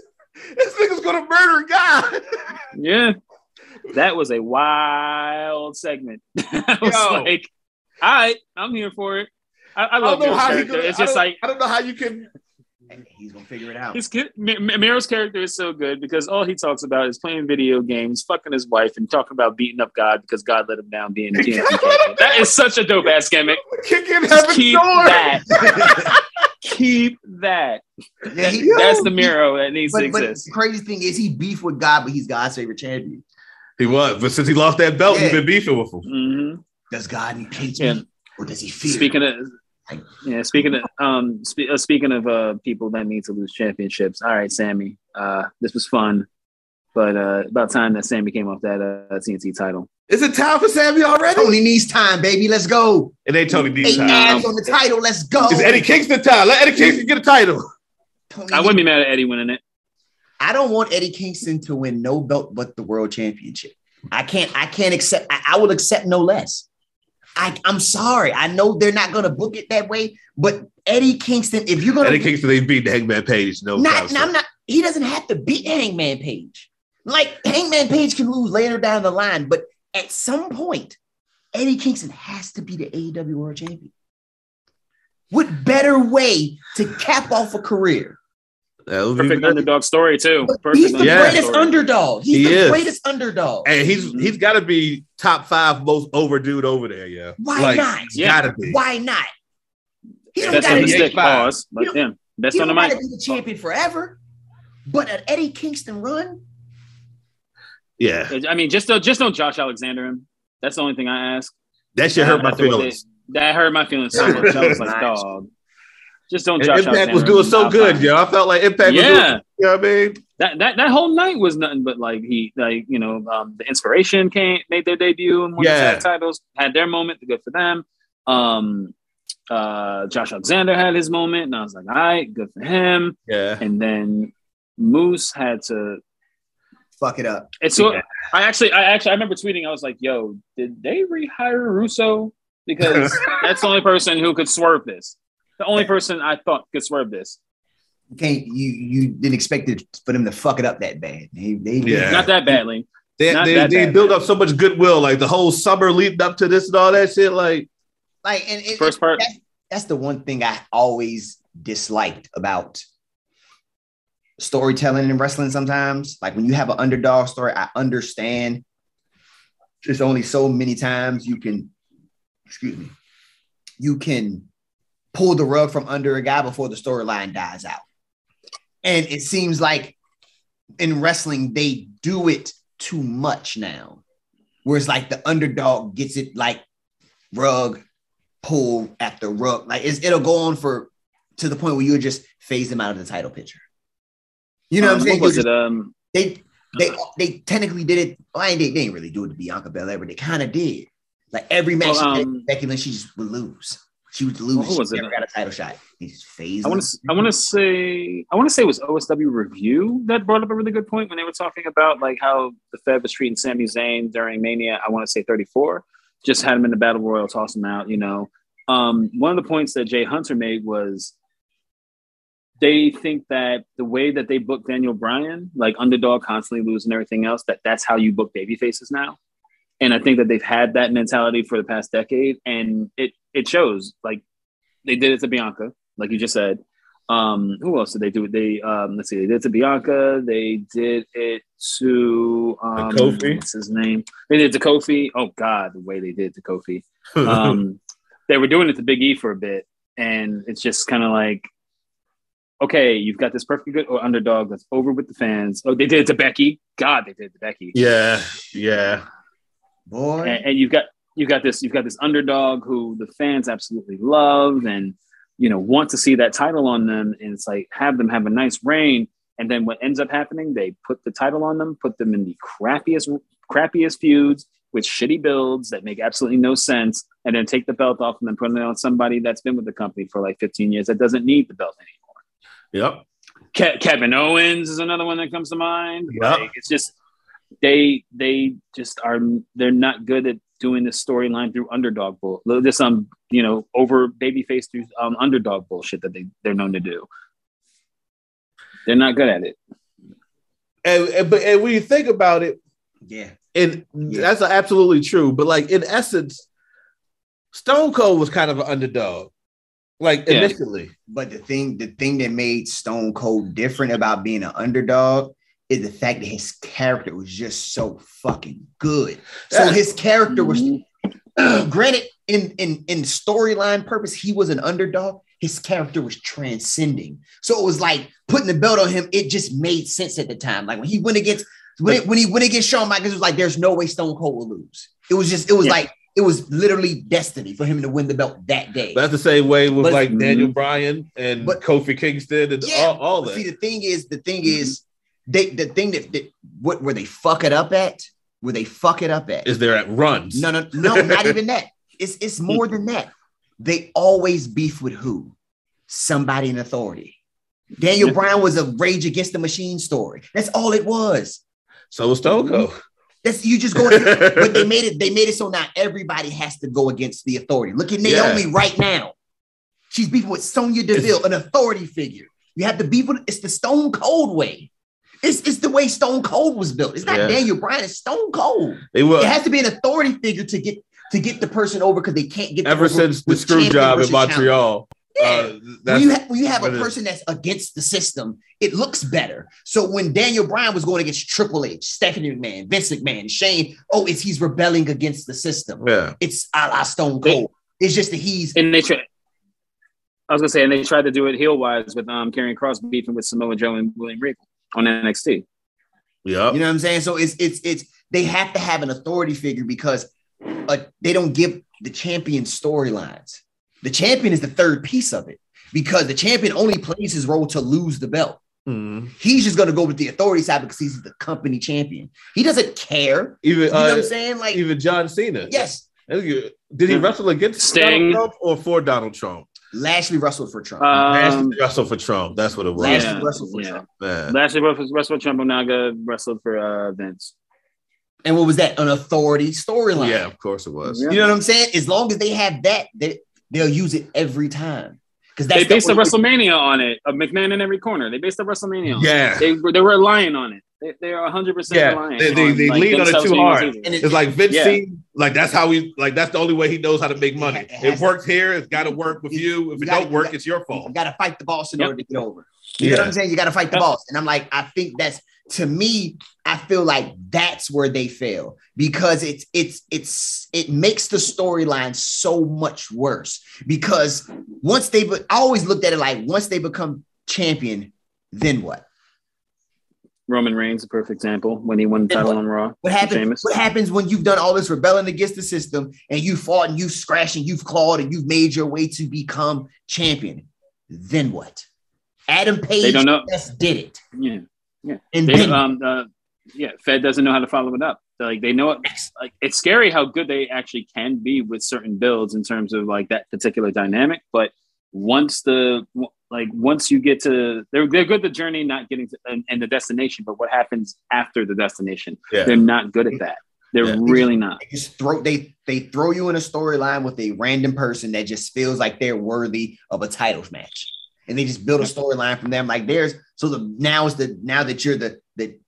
This nigga's gonna murder God. yeah, that was a wild segment. <laughs> I was Yo. like, all right, I'm here for it. I, I I don't love know your how you character. could. it's I just don't- like I don't know how you can Hey, He's gonna figure it out. His kid, M- M- Mero's character is so good because all he talks about is playing video games, fucking his wife, and talking about beating up God because God let him down being a TNT <laughs> captain. That is such a dope ass gimmick. Kick in Just heaven's keep door. that. Keep that. Yeah, he- That's the Miro that needs to But, but exist. the crazy thing is, he beef with God, but he's God's favorite champion. He was, but since he lost that belt, he's Yeah. been beefing with him. Mhm. Does God hate Yeah. me, or does he fear? Speaking of, yeah, speaking of, um, spe- uh, speaking of uh, people that need to lose championships. All right, Sammy, uh, this was fun, but uh, about time that Sammy came off that uh, TNT title. Is it time for Sammy already? Tony needs time, baby. Let's go. It ain't Tony D's Eight time. abs on the title. Let's go. It's Eddie Kingston time. Let Eddie Kingston get a title. Tony I wouldn't be mad at Eddie winning it. I don't want Eddie Kingston to win no belt but the world championship. I can't. I can't accept. I, I will accept no less. I, I'm sorry. I know they're not going to book it that way, but Eddie Kingston, if you're going Eddie to Kingston, they beat the Hangman Page. No, not, problem. I'm not. He doesn't have to beat Hangman Page. Like Hangman Page can lose later down the line, but at some point, Eddie Kingston has to be the AEW World Champion. What better way to cap off a career? That would be Perfect better. underdog story too. But Perfect he's the Yeah. underdog greatest story. underdog. He's He the is. greatest underdog. And he's he's got to be top five most over dude over there. Yeah, Why not? he's Yeah. Gotta be. Why not? He don't Best on gotta, the be, stick, Yeah. pause. But You- yeah, he best on don't the gotta mic. be the champion forever. But an Eddie Kingston run, Yeah, I mean, just don't, just don't Josh Alexander him. That's the only thing I ask. that shit hurt my After what they- feelings. That hurt my feelings so much. I was like, dog, just don't. And Josh Impact Alexander was doing him. so I'll good, find- yo. I felt like Impact was doing. Yeah. You know what I mean? that that that whole night was nothing but like he like you know um, the inspiration came made their debut and won Yeah. the tag titles had their moment good for them um uh Josh Alexander had his moment and I was like all right good for him Yeah, and then Moose had to fuck it up. it's so Yeah. I actually I actually I remember tweeting I was like yo did they rehire Russo because <laughs> that's the only person who could swerve this the only person I thought could swerve this You can't you you didn't expect it for them to fuck it up that bad. They, they did. Yeah. not that badly they Not they, that they bad. built up so much goodwill, like the whole summer leading up to this and all that shit. Like, <laughs> like and, and- first part that's the one thing I always disliked about storytelling and wrestling sometimes. Like when you have an underdog story, I understand there's only so many times you can, excuse me, you can pull the rug from under a guy before the storyline dies out. And it seems like in wrestling, they do it too much now. Whereas like the underdog gets it like rug pull after rug. Like it's, it'll go on for to the point where you'll just phase them out of the title picture. You know um, what I'm saying? was You'll it um they they they technically did it. Well, I ain't- they, they didn't really do it to Bianca Belair, but they kind of did. Like every match Well, she um, did, Becky Lynch, she just would lose. She would lose. Well, who she was it? never got a title shot. They just phased. I want them. to. I want to say. I want to say it was OSW review that brought up a really good point when they were talking about like how the Fed was treating Sami Zayn during Mania. I want to say 34. Just had him in the Battle Royal, toss him out. You know, um, one of the points that Jay Hunter made was they think that the way that they book Daniel Bryan, like underdog constantly losing everything else, that that's how you book baby faces now. And I think that they've had that mentality for the past decade, and it it shows. Like they did it to Bianca, like you just said. Um, who else did they do it? They um, let's see, they did it to Bianca. They did it to um, Kofi? What's his name? They did it to Kofi. Oh God, the way they did it to Kofi um, they were doing it to Big E for a bit, and it's just kind of like, okay, you've got this perfectly good or underdog that's over with the fans. Oh, they did it to Becky. God, they did it to Becky. yeah, yeah. boy. And, and you've got you've got this you've got this underdog who the fans absolutely love and you know want to see that title on them, and it's like have them have a nice reign. And then what ends up happening? They put the title on them, put them in the crappiest crappiest feuds with shitty builds that make absolutely no sense, and then take the belt off and then put it on somebody that's been with the company for like 15 years that doesn't need the belt anymore. Yep. Ke- Kevin Owens is another one that comes to mind. Yep. Like, it's just they they just are they're not good at doing this storyline through underdog bull this um you know over babyface through um, underdog bullshit that they they're known to do. They're not good at it. And, and but and when you think about it, yeah, and Yeah. that's absolutely true. But like in essence, Stone Cold was kind of an underdog. like Yeah. initially. But the thing, the thing that made Stone Cold different about being an underdog is the fact that his character was just so fucking good. So Yeah. his character was <clears throat> granted in in in storyline purpose, he was an underdog. His character was transcending. So it was like putting the belt on him, it just made sense at the time. Like when he went against when, it, when he went against Shawn Michaels, it was like there's no way Stone Cold will lose. It was just, it was Yeah. like it was literally destiny for him to win the belt that day. But that's the same way with But- like Mhm. Daniel Bryan and But- Kofi Kingston and Yeah, all, all But that. See, the thing is, the thing is, they the thing that, that what were they fuck it up at? Were they fuck it up at? Is there at runs? no, no, no, not even that. It's it's more than that. They always beef with who? Somebody in authority. Daniel Yeah. Bryan was a Rage Against the Machine story. That's all it was. So was Stone Cold. That's you just go. Mm-hmm. but they made it. They made it so now everybody has to go against the authority. Look at Yeah. Naomi right now. She's beefing with Sonya Deville, an authority figure. You have to beef with. It's the Stone Cold way. It's, it's the way Stone Cold was built. It's not Yeah. Daniel Bryan. It's Stone Cold. <laughs> They were It has to be an authority figure to get to get the person over because they can't get them ever over since the with screw champion job in versus champion. Montreal. Yeah. Uh, when that's, you, ha- when you have a what it is. person that's against the system, it looks better. So when Daniel Bryan was going against Triple H, Stephanie McMahon, Vince McMahon, Shane, oh, it's he's rebelling against the system. yeah. It's a la Stone Cold. It's just that he's and they tried. I was gonna say, and they tried to do it heel wise with um Karrion Cross beefing with Samoa Joe and William Regal on NXT. Yep. You know what I'm saying? So it's it's it's they have to have an authority figure because uh, they don't give the champion storylines. The champion is the third piece of it because the champion only plays his role to lose the belt. Mm-hmm. Mhm. He's just gonna go with the authority side because he's the company champion. He doesn't care. Even You know what uh, I'm saying? Like even John Cena. yes, Thank you. Did he Mhm. wrestle against Donald Sting. Trump or for Donald Trump? Lashley wrestled for Trump. Um, Lashley wrestled for Trump. That's what it was. Lashley yeah, wrestled for yeah. Trump. Man. Lashley wrestled wrestled Trump Naga wrestled for uh, Vince. And what was that? An authority storyline. Yeah, of course it was. Yeah. You know what I'm saying? As long as they have that, they, they'll use it every time. Because They that's based the the only- WrestleMania on it. Of McMahon in every corner. They based the WrestleMania on it. Yeah. They were they were relying on it. They, they are 100 Yeah, percent relying. they- they- on, they lean on it themselves too being hard. Caesar. And It's like Vince Yeah. seen, like that's how he like that's the only way he knows how to make money. It It has- works here, it's gotta work with you. If You it gotta- don't work, you it's your You fault. got to fight the boss in Yep. order to get over. You know what I'm saying? You got to fight the Yep. boss. And I'm like, I think that's to me. I feel like that's where they fail because it's it's it's it makes the storyline so much worse. Because once they, be- I always looked at it like once they become champion, then what? Roman Reigns, a perfect example, when he won the And title what- on Raw. What happens? Sheamus. What happens when you've done all this rebelling against the system and you fought and you've scratched and you've clawed and you've made your way to become champion? Then what? Adam Page They don't know. just did it. Yeah, And <clears throat> they, then um, uh, yeah. Fed doesn't know how to follow it up. Like they know it. Like it's scary how good they actually can be with certain builds in terms of like that particular dynamic. But once the like once you get to they're they're good at the journey, not getting to and, and the destination. But what happens after the destination? Yeah. They're not good at that. They're Yeah. really not. They just throw they they throw you in a storyline with a random person that just feels like they're worthy of a title match, and they just build a storyline from them. Like there's so the now is the now that you're the the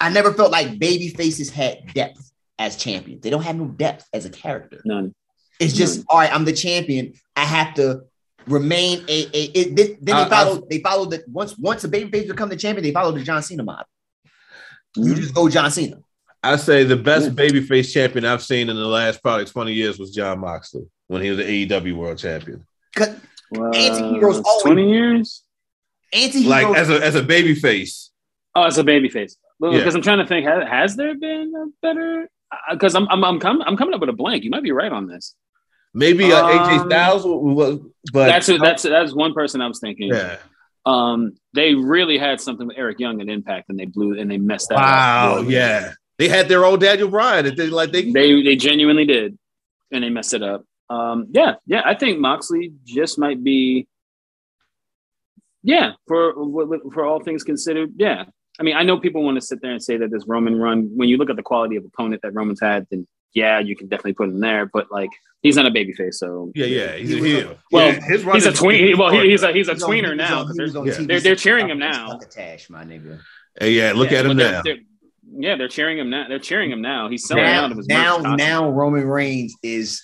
I never felt like baby faces had depth as champions. They don't have no depth as a character. None. It's Mm. just all right. I'm the champion. I have to remain a a. It, then then I- they follow they follow the once once a baby face become the champion, they follow the John Cena mob. Mm. You just go John Cena. I say the best Mm. babyface champion I've seen in the last probably 20 years was John Moxley when he was the AEW world champion. 'Cause Well, Anti-heroes always- Twenty years. Anti-hero Like as a as a babyface. Oh, it's a baby face. Because Yeah. I'm trying to think, has, has there been a better? Because I'm I'm I'm, com- I'm coming up with a blank. You might be right on this. Maybe uh, AJ Um, Styles was, but that's who, that's that's one person I was thinking. yeah. Um, they really had something with Eric Young at Impact, and they blew and they messed that up. Wow, yeah. They had their own Daniel Bryan. and They, like they, They they genuinely did, and they messed it up. Um, yeah, yeah. I think Moxley just might be. Yeah, for for all things considered, yeah. I mean, I know people want to sit there and say that this Roman run. When you look at the quality of opponent that Roman's had, then yeah, you can definitely put him there. But like, he's not a babyface, so yeah, yeah. He's He a was heel. well, Yeah, his run he's a is- tween. Well, he, he's a he's a He's on- tweener he's now. on- 'cause he was they're- on yeah. TV They're- they're cheering him It's now. Tucker Tash, my nigga. Hey, yeah, look yeah, at him but they're- now. they're- yeah, they're cheering him now. They're cheering him now. He's selling Now, out of his now, merchandise. now Roman Reigns is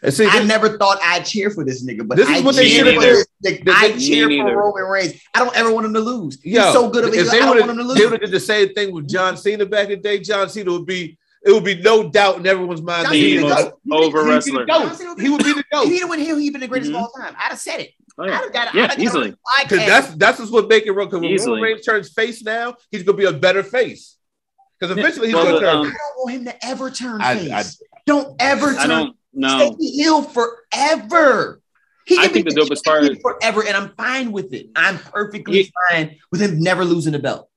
And see, I this, never thought I'd cheer for this nigga, but This is I what they cheer should've for did. this nigga. They- I me cheer neither. for Roman Reigns. I don't ever want him to lose. Yo, He's so good of a heel. if I they don't would want him to have they lose. would have did the same thing with John Cena back in the day, John Cena would be it would be no doubt in everyone's mind. John that he The Cena was- goes. most over He wrestler. would be the goat. He would be the If goat. He went heel. He'd been the greatest Mhm. of all time. I'd have said it. Oh, I'd yeah. have got. Yeah, I'd have easily. Got Because that's that's what's what making Roman. Because Easily. when Roman Reigns turns face now, he's gonna be a better face. Because Yeah, eventually he's well, gonna the, turn. I um, don't want him to ever turn I- face. I- don't ever turn. I don't Stay know. heel forever. He I can think be the dopest part is- forever, and I'm fine with it. I'm perfectly Yeah. fine with him never losing the belt.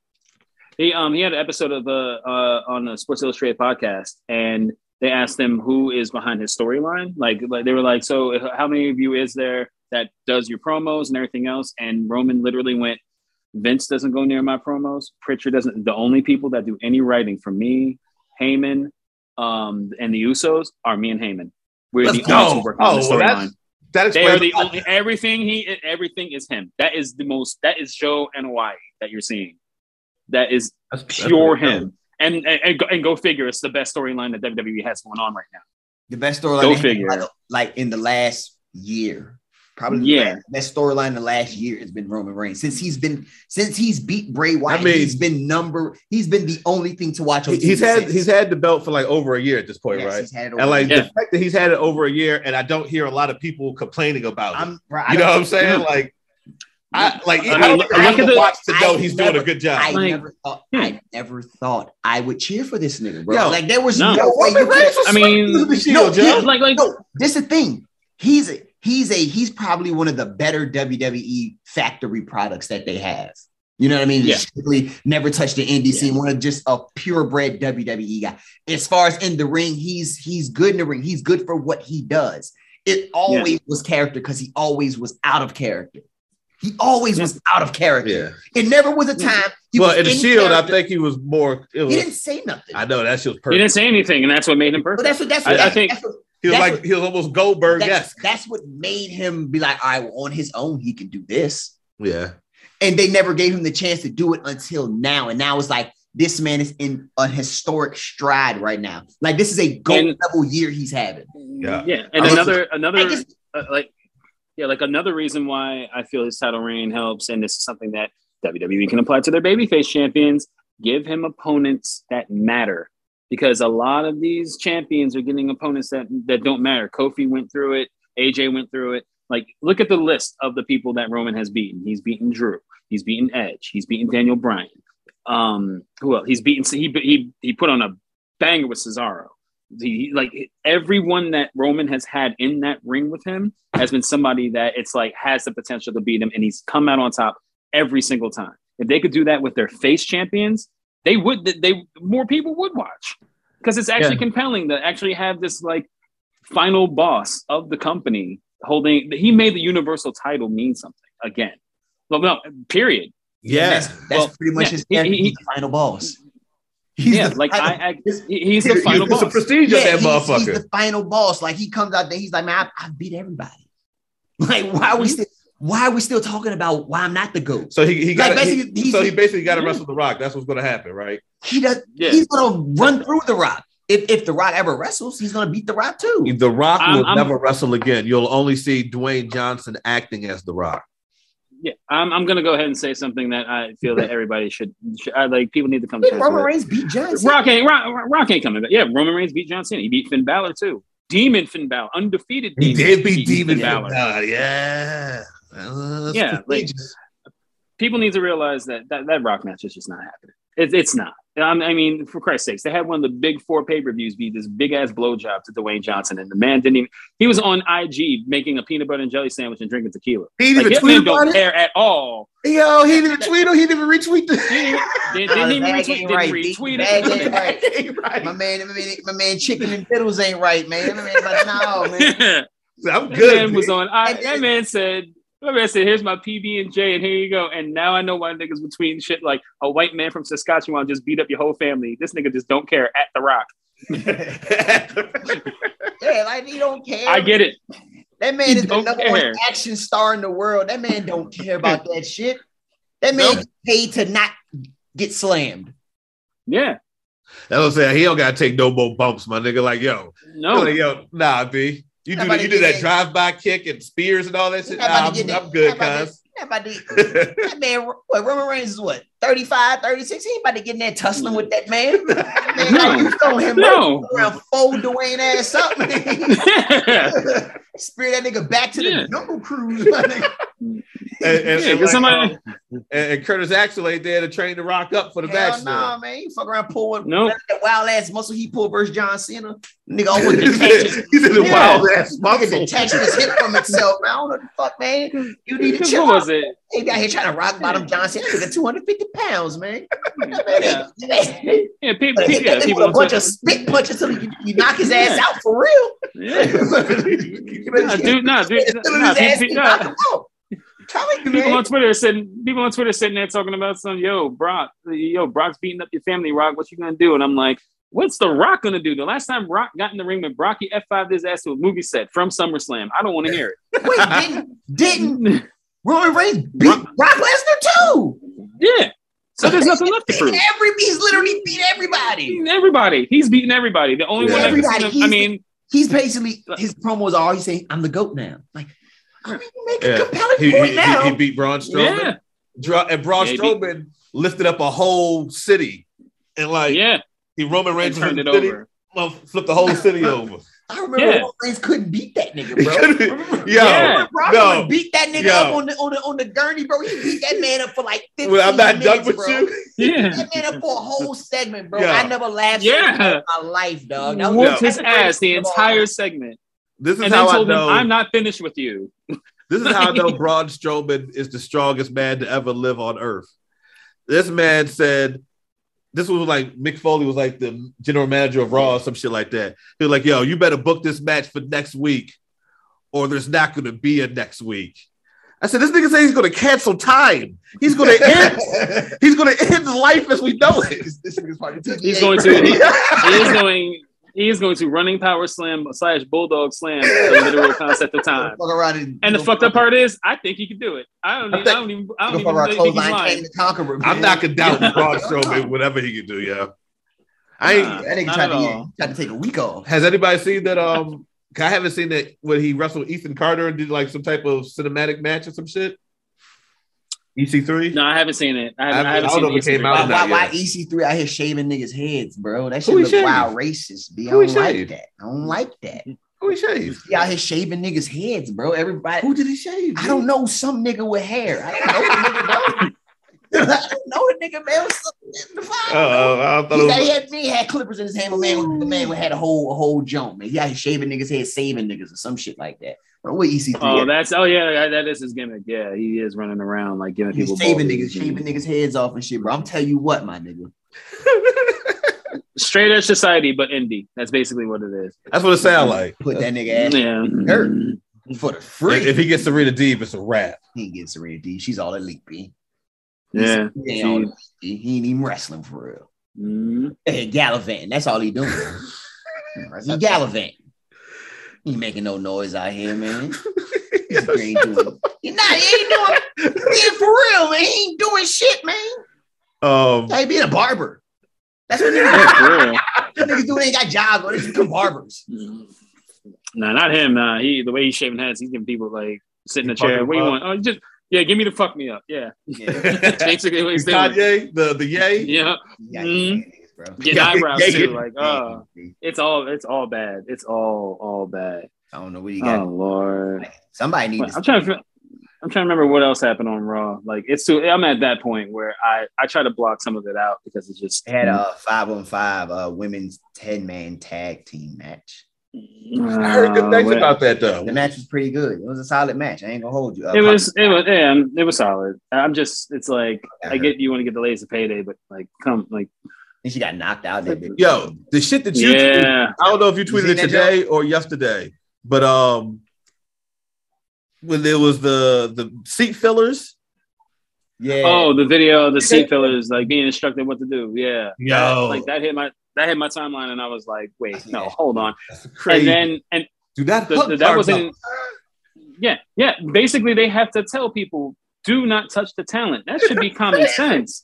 He um he had an episode of uh, uh on the Sports Illustrated podcast, and they asked him who is behind his storyline. Like like they were like, so h- how many of you is there that does your promos and everything else? And Roman literally went, Vince doesn't go near my promos. Pritchard doesn't. The only people that do any writing for me, Heyman, um, and the Usos are me and Heyman. We're Let's the go. only two working on the Oh, well, that's- storyline. That They are explains the only everything he everything is him. That is the most that is Joe and Hawaii that you're seeing. That is pure him. And, and and go- and go figure, it's the best storyline that WWE has going on right now. The best storyline, Go they had, figure. like, like in the last year, probably. the Yeah. best- best storyline the last year has been Roman Reigns since he's been since he's beat Bray Wyatt. I mean- he's been number. He's been the only thing to watch. On He- He's TV had since. he's had the belt for like over a year at this point, Yes, right? he's had it And over. like Yeah. the fact that he's had it over a year, and I don't hear a lot of people complaining about it. I'm, Mm. bro, I You know don't- what I'm saying? Yeah. Like, I like I I, mean, don't look- think I look at have the- to watch to know I he's doing never- a good job. I Like- hmm. never thought. I never thought I would cheer for this nigga, bro. Yo. like there was No. no, Yo, way. Roman You could, Reigns was <laughs> I mean, sweeping the no, shield, he- John. Like like no, this is the thing. He's a he's a he's probably one of the better WWE factory products that they have. You know what I mean? Yeah. Strictly never touched the indie scene. One of just a purebred WWE guy. As far as in the ring, he's he's good in the ring. He's good for what he does. It always was character because he always was out of character. He always Yeah. was out of character. yeah. It never was a time. he Well, was in the shield, I character. think he was more. It he was, didn't say nothing. I know that shit was he didn't perfect. say anything, and that's what made him but perfect. that's what that's I- what I that's- think- that's what- He was that's like he was almost Goldberg. that's, Yes. that's what made him be like, all right, well, on his own, he can do this. Yeah. And they never gave him the chance to do it until now. And now it's like, this man is in a historic stride right now. Like, this is a gold And- level year he's having. Yeah. Yeah. I And was- another another I just- uh, like yeah, like another reason why I feel his title reign helps, and this is something that WWE can apply to their babyface champions. Give him opponents that matter, because a lot of these champions are getting opponents that that don't matter. Kofi went through it. AJ went through it. Like, look at the list of the people that Roman has beaten. He's beaten Drew. He's beaten Edge. He's beaten Daniel Bryan. Um, who else? He's beaten. He he he put on a banger with Cesaro. He, like everyone that Roman has had in that ring with him has been somebody that it's like has the potential to beat him, and he's come out on top every single time. If they could do that with their face champions, they would. They more people would watch because it's actually compelling to actually have this like final boss of the company holding. He made the universal title mean something again. Well, no, period. And Yeah. That's, that's Well, pretty much yeah, his he- character. he- he's the final boss. He's yeah, the like final- I, I he- he's the He- final he was boss. the prestige of that he's, motherfucker. he's the final boss. Like he comes out there, he's like, man, I, I beat everybody. <laughs> Like, why Mm-hmm. are we still why are we still talking about why I'm not the GOAT? so he, he Like, got he- basically, he's- so he basically got to Yeah. wrestle the Rock. That's what's going to happen, right? He does yeah. he's gonna run through the rock. If if the rock ever wrestles, he's gonna beat the rock too. The Rock I'm- will I'm- never wrestle again. You'll only see Dwayne Johnson acting as the Rock. Yeah, I'm, I'm gonna go ahead and say something that I <laughs> feel that everybody should, should I, like. People need to come to Did terms Roman with. Reigns beat John Cena? Rock ain't Rock, Rock ain't coming back. Yeah, Roman Reigns beat John Cena. He beat Finn Balor too. Demon Finn Balor, undefeated. He Demon did beat beat Demon Finn Balor. Balor. Yeah. Uh, that's Yeah, like- prestigious. People need to realize that that, that Rock match is just not happening. It, it's not. Um, I mean, for Christ's sakes, they had one of the big four pay per views be this big ass blowjob to Dwayne Johnson, and the man didn't even. He was on IG making a peanut butter and jelly sandwich and drinking tequila. He didn't Like, even his tweet man don't about it. care at all. Yo, he didn't even tweet him. He didn't even retweet <laughs> He didn't, didn't, Nah, didn't Oh, even that retweet. ain't Didn't right. retweet That ain't <laughs> it. right. the. My <laughs> right. man, my man, my man, chicken and fiddles ain't right, man. My man, like, <laughs> no, man. I'm That good. <laughs> man was on. I, That that is- man said. That man said, "Here's my PB and J, and here you go." And now I know why niggas were tweeting shit like a white man from Saskatchewan just beat up your whole family. This nigga just don't care. At the Rock, Yeah, like he don't care. I get it. that man he is the don't number care. one action star in the world. That man don't care about <laughs> that shit. That man Nope. paid to not get slammed. Yeah, Oh. That's what I'm saying. He don't gotta take no more bumps, my nigga. Like, yo, no, like, yo, nah, B. You do Nobody that, you do did that it. drive by kick and spears and all that shit. Nobody Nah, I'm, did it. I'm good, Nobody- cuz. That about to, <laughs> that man, what Roman Reigns is what 35, 36? He ain't about to get in there tussling with that <laughs> man. That man, like, you throw him <laughs> No. around, fold Dwayne ass up. <laughs> Spear that nigga back to the Yeah. jungle cruise. <laughs> my nigga. And, and, Yeah, and, 'cause like, somebody- <laughs> um, and, and Curtis Axel ain't there to train the rock up for the Hell backstory. nah, man. You fuck around pulling Nope. that wild ass muscle he pulled versus John Cena. Nigga always <laughs> he detached his, said he said a Yeah. wild ass nigga muscle. detached his hip from itself. Man. I don't know the fuck, man. You need to Because chill <laughs> what was out. it? Ain't out here trying to rock bottom John Cena. Nigga, 250 pounds, man. <laughs> <laughs> Yeah, yeah, people, Hit yeah, that nigga people with a on bunch Twitter. of spit punches till you, you knock his ass out for real. Yeah. You better Nah, get- dude, nah, dude, Still in nah, his ass, people- he nah. knock him out. Telling you, People man. on Twitter sitting, people on Twitter sitting there talking about some yo Brock, yo Brock's beating up your family, Rock. What you gonna do? And I'm like, what's the Rock gonna do? The last time Rock got in the ring with Brock, he F5 his ass to a movie set from SummerSlam. I don't want to hear Wait, didn't, didn't it. Roman Reigns beat Brock Lesnar too? <laughs> yeah. So there's nothing left to Beat prove. <laughs> every, he's literally beat everybody. Beating Everybody, he's beating everybody. The only Yeah. one that Everybody, can see him, I he's- mean, He's basically his promos are always saying, "I'm the goat now." Like, I mean, you make a Yeah. compelling He, point he, now. he, he beat Braun Strowman. yeah, Dra- and Braun Maybe. Strowman lifted up a whole city, and like yeah, he Roman and Reigns turned it flipped the city- over. well, flipped the whole <laughs> city over. I remember Yeah. Roman Reigns couldn't beat that nigga, He bro. couldn't- Remember- Yo, Yeah. Brock no. would beat that nigga Yo. up on the, on the on the gurney, bro. He beat that man up for like 15 <laughs> Well, I'm not minutes, done with bro. you. Yeah, That man up for a whole segment, bro. Yo. I never laughed so Yeah. hard in my life, dog. That was- whooped that's his the greatest ass the thing of all entire time. segment, This is and how then I told him, know. "I'm not finished with you." this is how I <laughs> know Braun Strowman is the strongest man to ever live on Earth. This man said, "This was like Mick Foley was like the general manager of Raw or some shit like that." He was like, "Yo, you better book this match for next week, or there's not going to be a next week." I said, "This nigga says he's going to cancel time. He's <laughs> going to end. he's going to end life as we know <laughs> it." This- this nigga's part of TNA, He's going bro. <laughs> to. he is going. He is going to running power slam slash bulldog slam the literal concept of time. Fuck around and, And the fucked up part is, I think he can do it. I don't. I Even, I, think- don't even. I Fuck don't even around really think he's clothesline came lying. the conqueror. I'm man. knocking <laughs> down Braun Strowman, whatever he can do. Yeah, I ain't. Nah. That nigga Not tried at to, all. tried to take a week off. Has anybody seen that? Um, 'cause I haven't seen that when he wrestled Ethan Carter and did like some type of cinematic match or some shit. E EC3. No, I haven't seen it. I haven't, I I haven't don't know seen if it it. came Came out Why, or out. not. why, why yet. EC3 out here shaving niggas' heads, bro? That shit Who he look shaved? wild racist, B. I Who he don't like shaved? that. I don't like that. Who he shaved? He out here shaving niggas' heads, bro. Everybody, Who did he shave? I don't know some nigga with hair. I don't know the nigga, <laughs> bro. I don't know the nigga, man. What's up with the Uh, fuck? uh, I thought He it had, he was, had, he had clippers in his hand. My man, the man had a whole a whole jump, man. He out here shaving niggas' head, saving niggas, or some shit like that. Bro, what E EC3? Oh, at? that's. Oh yeah, that- that is his gimmick. Yeah, he is running around like giving people. He's saving niggas, balls. shaving niggas' heads off and shit, bro. I'm telling you what, my nigga. Straight edge society, but indie. That's basically what it is. that's what it sounded like. Put that nigga ass Yeah. Mm-hmm. Hurt. for the free. If he gets Serena Deeb, it's a wrap. He ain't getting Serena D. She's all elite, B. Yeah. He ain't, all elite, B. he ain't even wrestling for real. Mhm. Hey, gallivanting. That's all he <laughs> doing. he gallivanting. He ain't making no noise out here, man. He ain't doing. He not. He ain't doing. Yeah, for real, man. He ain't doing shit, man. Um, <laughs> He being a barber. That's what Yeah, niggas, <laughs> for real. do. niggas do. They ain't got jobs, but they just become <laughs> barbers. No, not him. Mm-hmm. Nah, he the way he's shaving heads, he's giving people like sit in a chair. Fuck What do you him want? Oh, just yeah, give me the fuck me up. <laughs> Yeah, Yeah, That's basically what he's doing. Kanye, the the yay. <laughs> Yeah, yeah, Mhm. niggas, bro. getting Yeah, eyebrows yeah, too. yeah. Like, oh, it's all it's all bad. It's all all bad. I don't know what he got. Oh lord, Somebody needs. I'm trying to. I'm trying to remember what else happened on Raw. Like it's too. I'm at that point where I I try to block some of it out because it's just Mm. They had a five on five uh women's 10 man tag team match. Uh, I heard good things about that though. The match was pretty good. It was a solid match. I ain't gonna hold you. Uh, it was it was yeah, um, it was solid. I'm just it's like I I get you want to get the latest payday, but like come like And she got knocked out that bitch. Yo, the shit that you yeah I don't know if you You tweeted seen it that, today or yesterday, but um, when there was the the seat fillers, Yeah. oh the video of the seat fillers like being instructed what to do yeah Yo. That- like that hit my that hit my timeline and I was like wait no hold on crazy. and then and Do not the, hug the- that Carmella. wasn't yeah yeah basically they have to tell people do not touch the talent that should be common sense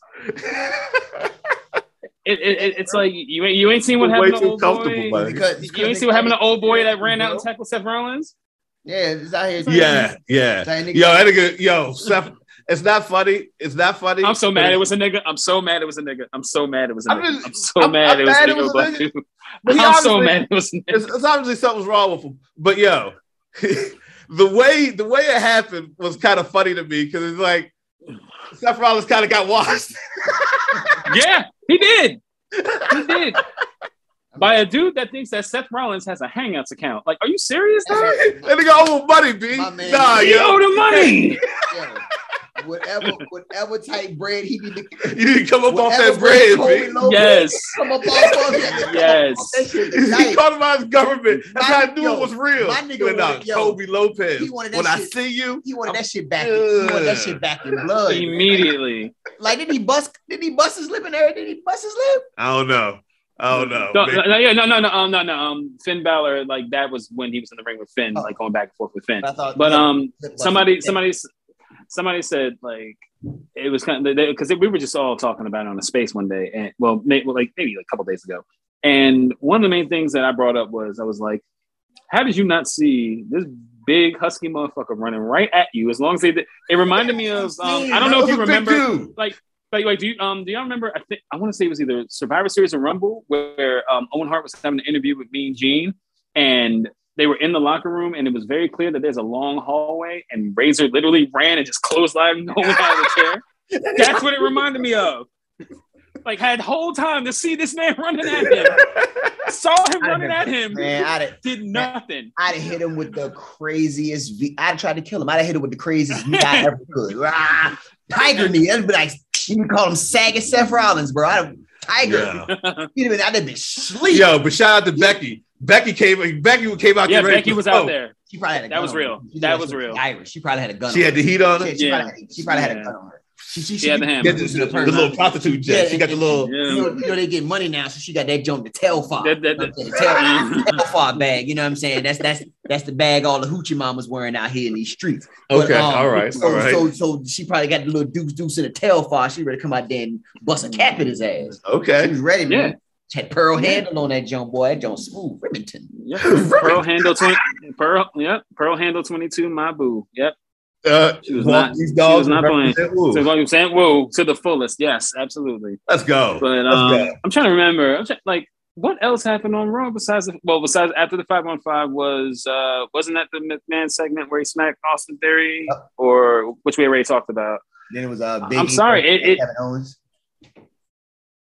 it, it, it's like you ain't you ain't seen what Way happened to too old comfortable, boy. buddy. Because, You ain't see what happened to old boy that ran out and tackled Seth Rollins. Yeah, it's out here. Yeah, yeah. It's out here, nigga. Yo, that nigga, yo, Seth, it's not funny. It's not funny. I'm so but mad it's- it was a nigga. I'm so mad it was a nigga. I'm so mad it was a I'm nigga. just- I'm so I'm- mad I'm it was a mad it nigga. was a about But you. he I'm so obviously- mad it was a nigga. it's, it's obviously something's wrong with him. But yo, <laughs> the way the way it happened was kind of funny to me because it's like Seth Rollins kind of got washed. <laughs> Yeah, he did. He did. By a dude that thinks that Seth Rollins has a Hangouts account. Like, are you serious, dog? and they got old money, B. My man. Nah, He yo, owed <laughs> him money. Yo, whatever, whatever type bread he be you need to come up off whatever that bread, Colby B. Lowe Yes. Come up off of that. Yes. That shit He tonight. called him out his government. That's how I knew yo, it was real. my nigga When, uh, wanted- yo, Kobe Lopez. he wanted that When I shit- see you, He wanted that shit back. He wanted that shit back in blood. Immediately. Like, did he bust? Did he bust his lip in there? Did he bust his lip? I don't know. I don't know. No, man. no, yeah, no, no, no, um, no, no. Um, Finn Balor, like that was when he was in the ring with Finn, Oh. like going back and forth with Finn. I thought, But yeah, um, lip bust. somebody, somebody, somebody said like it was kind of because we were just all talking about it on a space one day, and well, may, well, like maybe like a couple days ago. And one of the main things that I brought up was I was like, "How did you not see this big husky motherfucker running right at you?" As long as they did, it reminded me of <laughs> um, I don't know if That you was a big remember dude. like, like, do you um do y'all remember? I think I want to say it was either Survivor Series or Rumble where um, Owen Hart was having an interview with Mean Gene, and they were in the locker room, and it was very clear that there's a long hallway, and Razor literally ran and just clotheslined Owen out of the chair. That's what it reminded me of. Like had whole time to see this man running at him, saw him running at him, man, I'd did nothing. I'd hit him with the craziest. V- I'd tried to kill him. I'd hit him with the craziest V I ever could. Rah, tiger knee. That'd be like you can call him Saget Seth Rollins, bro. I'd have tiger. Yeah. You'd have been. I'd have been sleep. Yo, but shout out to Becky. Becky came. Becky came out. Yeah, getting ready Becky to was smoke. out there. She probably had a That gun was on real. her. She That was was real. Irish. She probably had a gun. She on had the heat her. on her. She, she Yeah. probably, she probably had a Yeah. gun on her. She, she, She had the Yeah, hammer. the, the little prostitute jet. she got the little. You Yeah. know, you know they get money now, so she got that jump, the tail fob. That- You that- know what I'm that- saying? <laughs> The tail, tail fob bag. You know what I'm saying? That's that's that's the bag all the hoochie mamas wearing out here in these streets. But, Okay, um, all right, So, all right. so so she probably got the little deuce deuce in the tail fob. She ready to come out there and bust a cap in his ass. She okay. was ready, man. Yeah. She had pearl handle on that jump, boy. That jump smooth, Remington. <laughs> Yep. Pearl handle twenty. Pearl. Yep. Pearl handle twenty two. My boo. Yep. Uh, She was walk not- these she dogs was not and playing. represent Wolves. So like I'm saying, whoa, to the fullest. Yes, absolutely. Let's go. But Let's um, go. I'm trying to remember. I'm trying, like, what else happened on Raw besides the, well, besides after the five one five was uh, wasn't that the McMahon segment where he smacked Austin Theory or which we already talked about? Then it was uh, I'm sorry, it- it- Kevin Owens.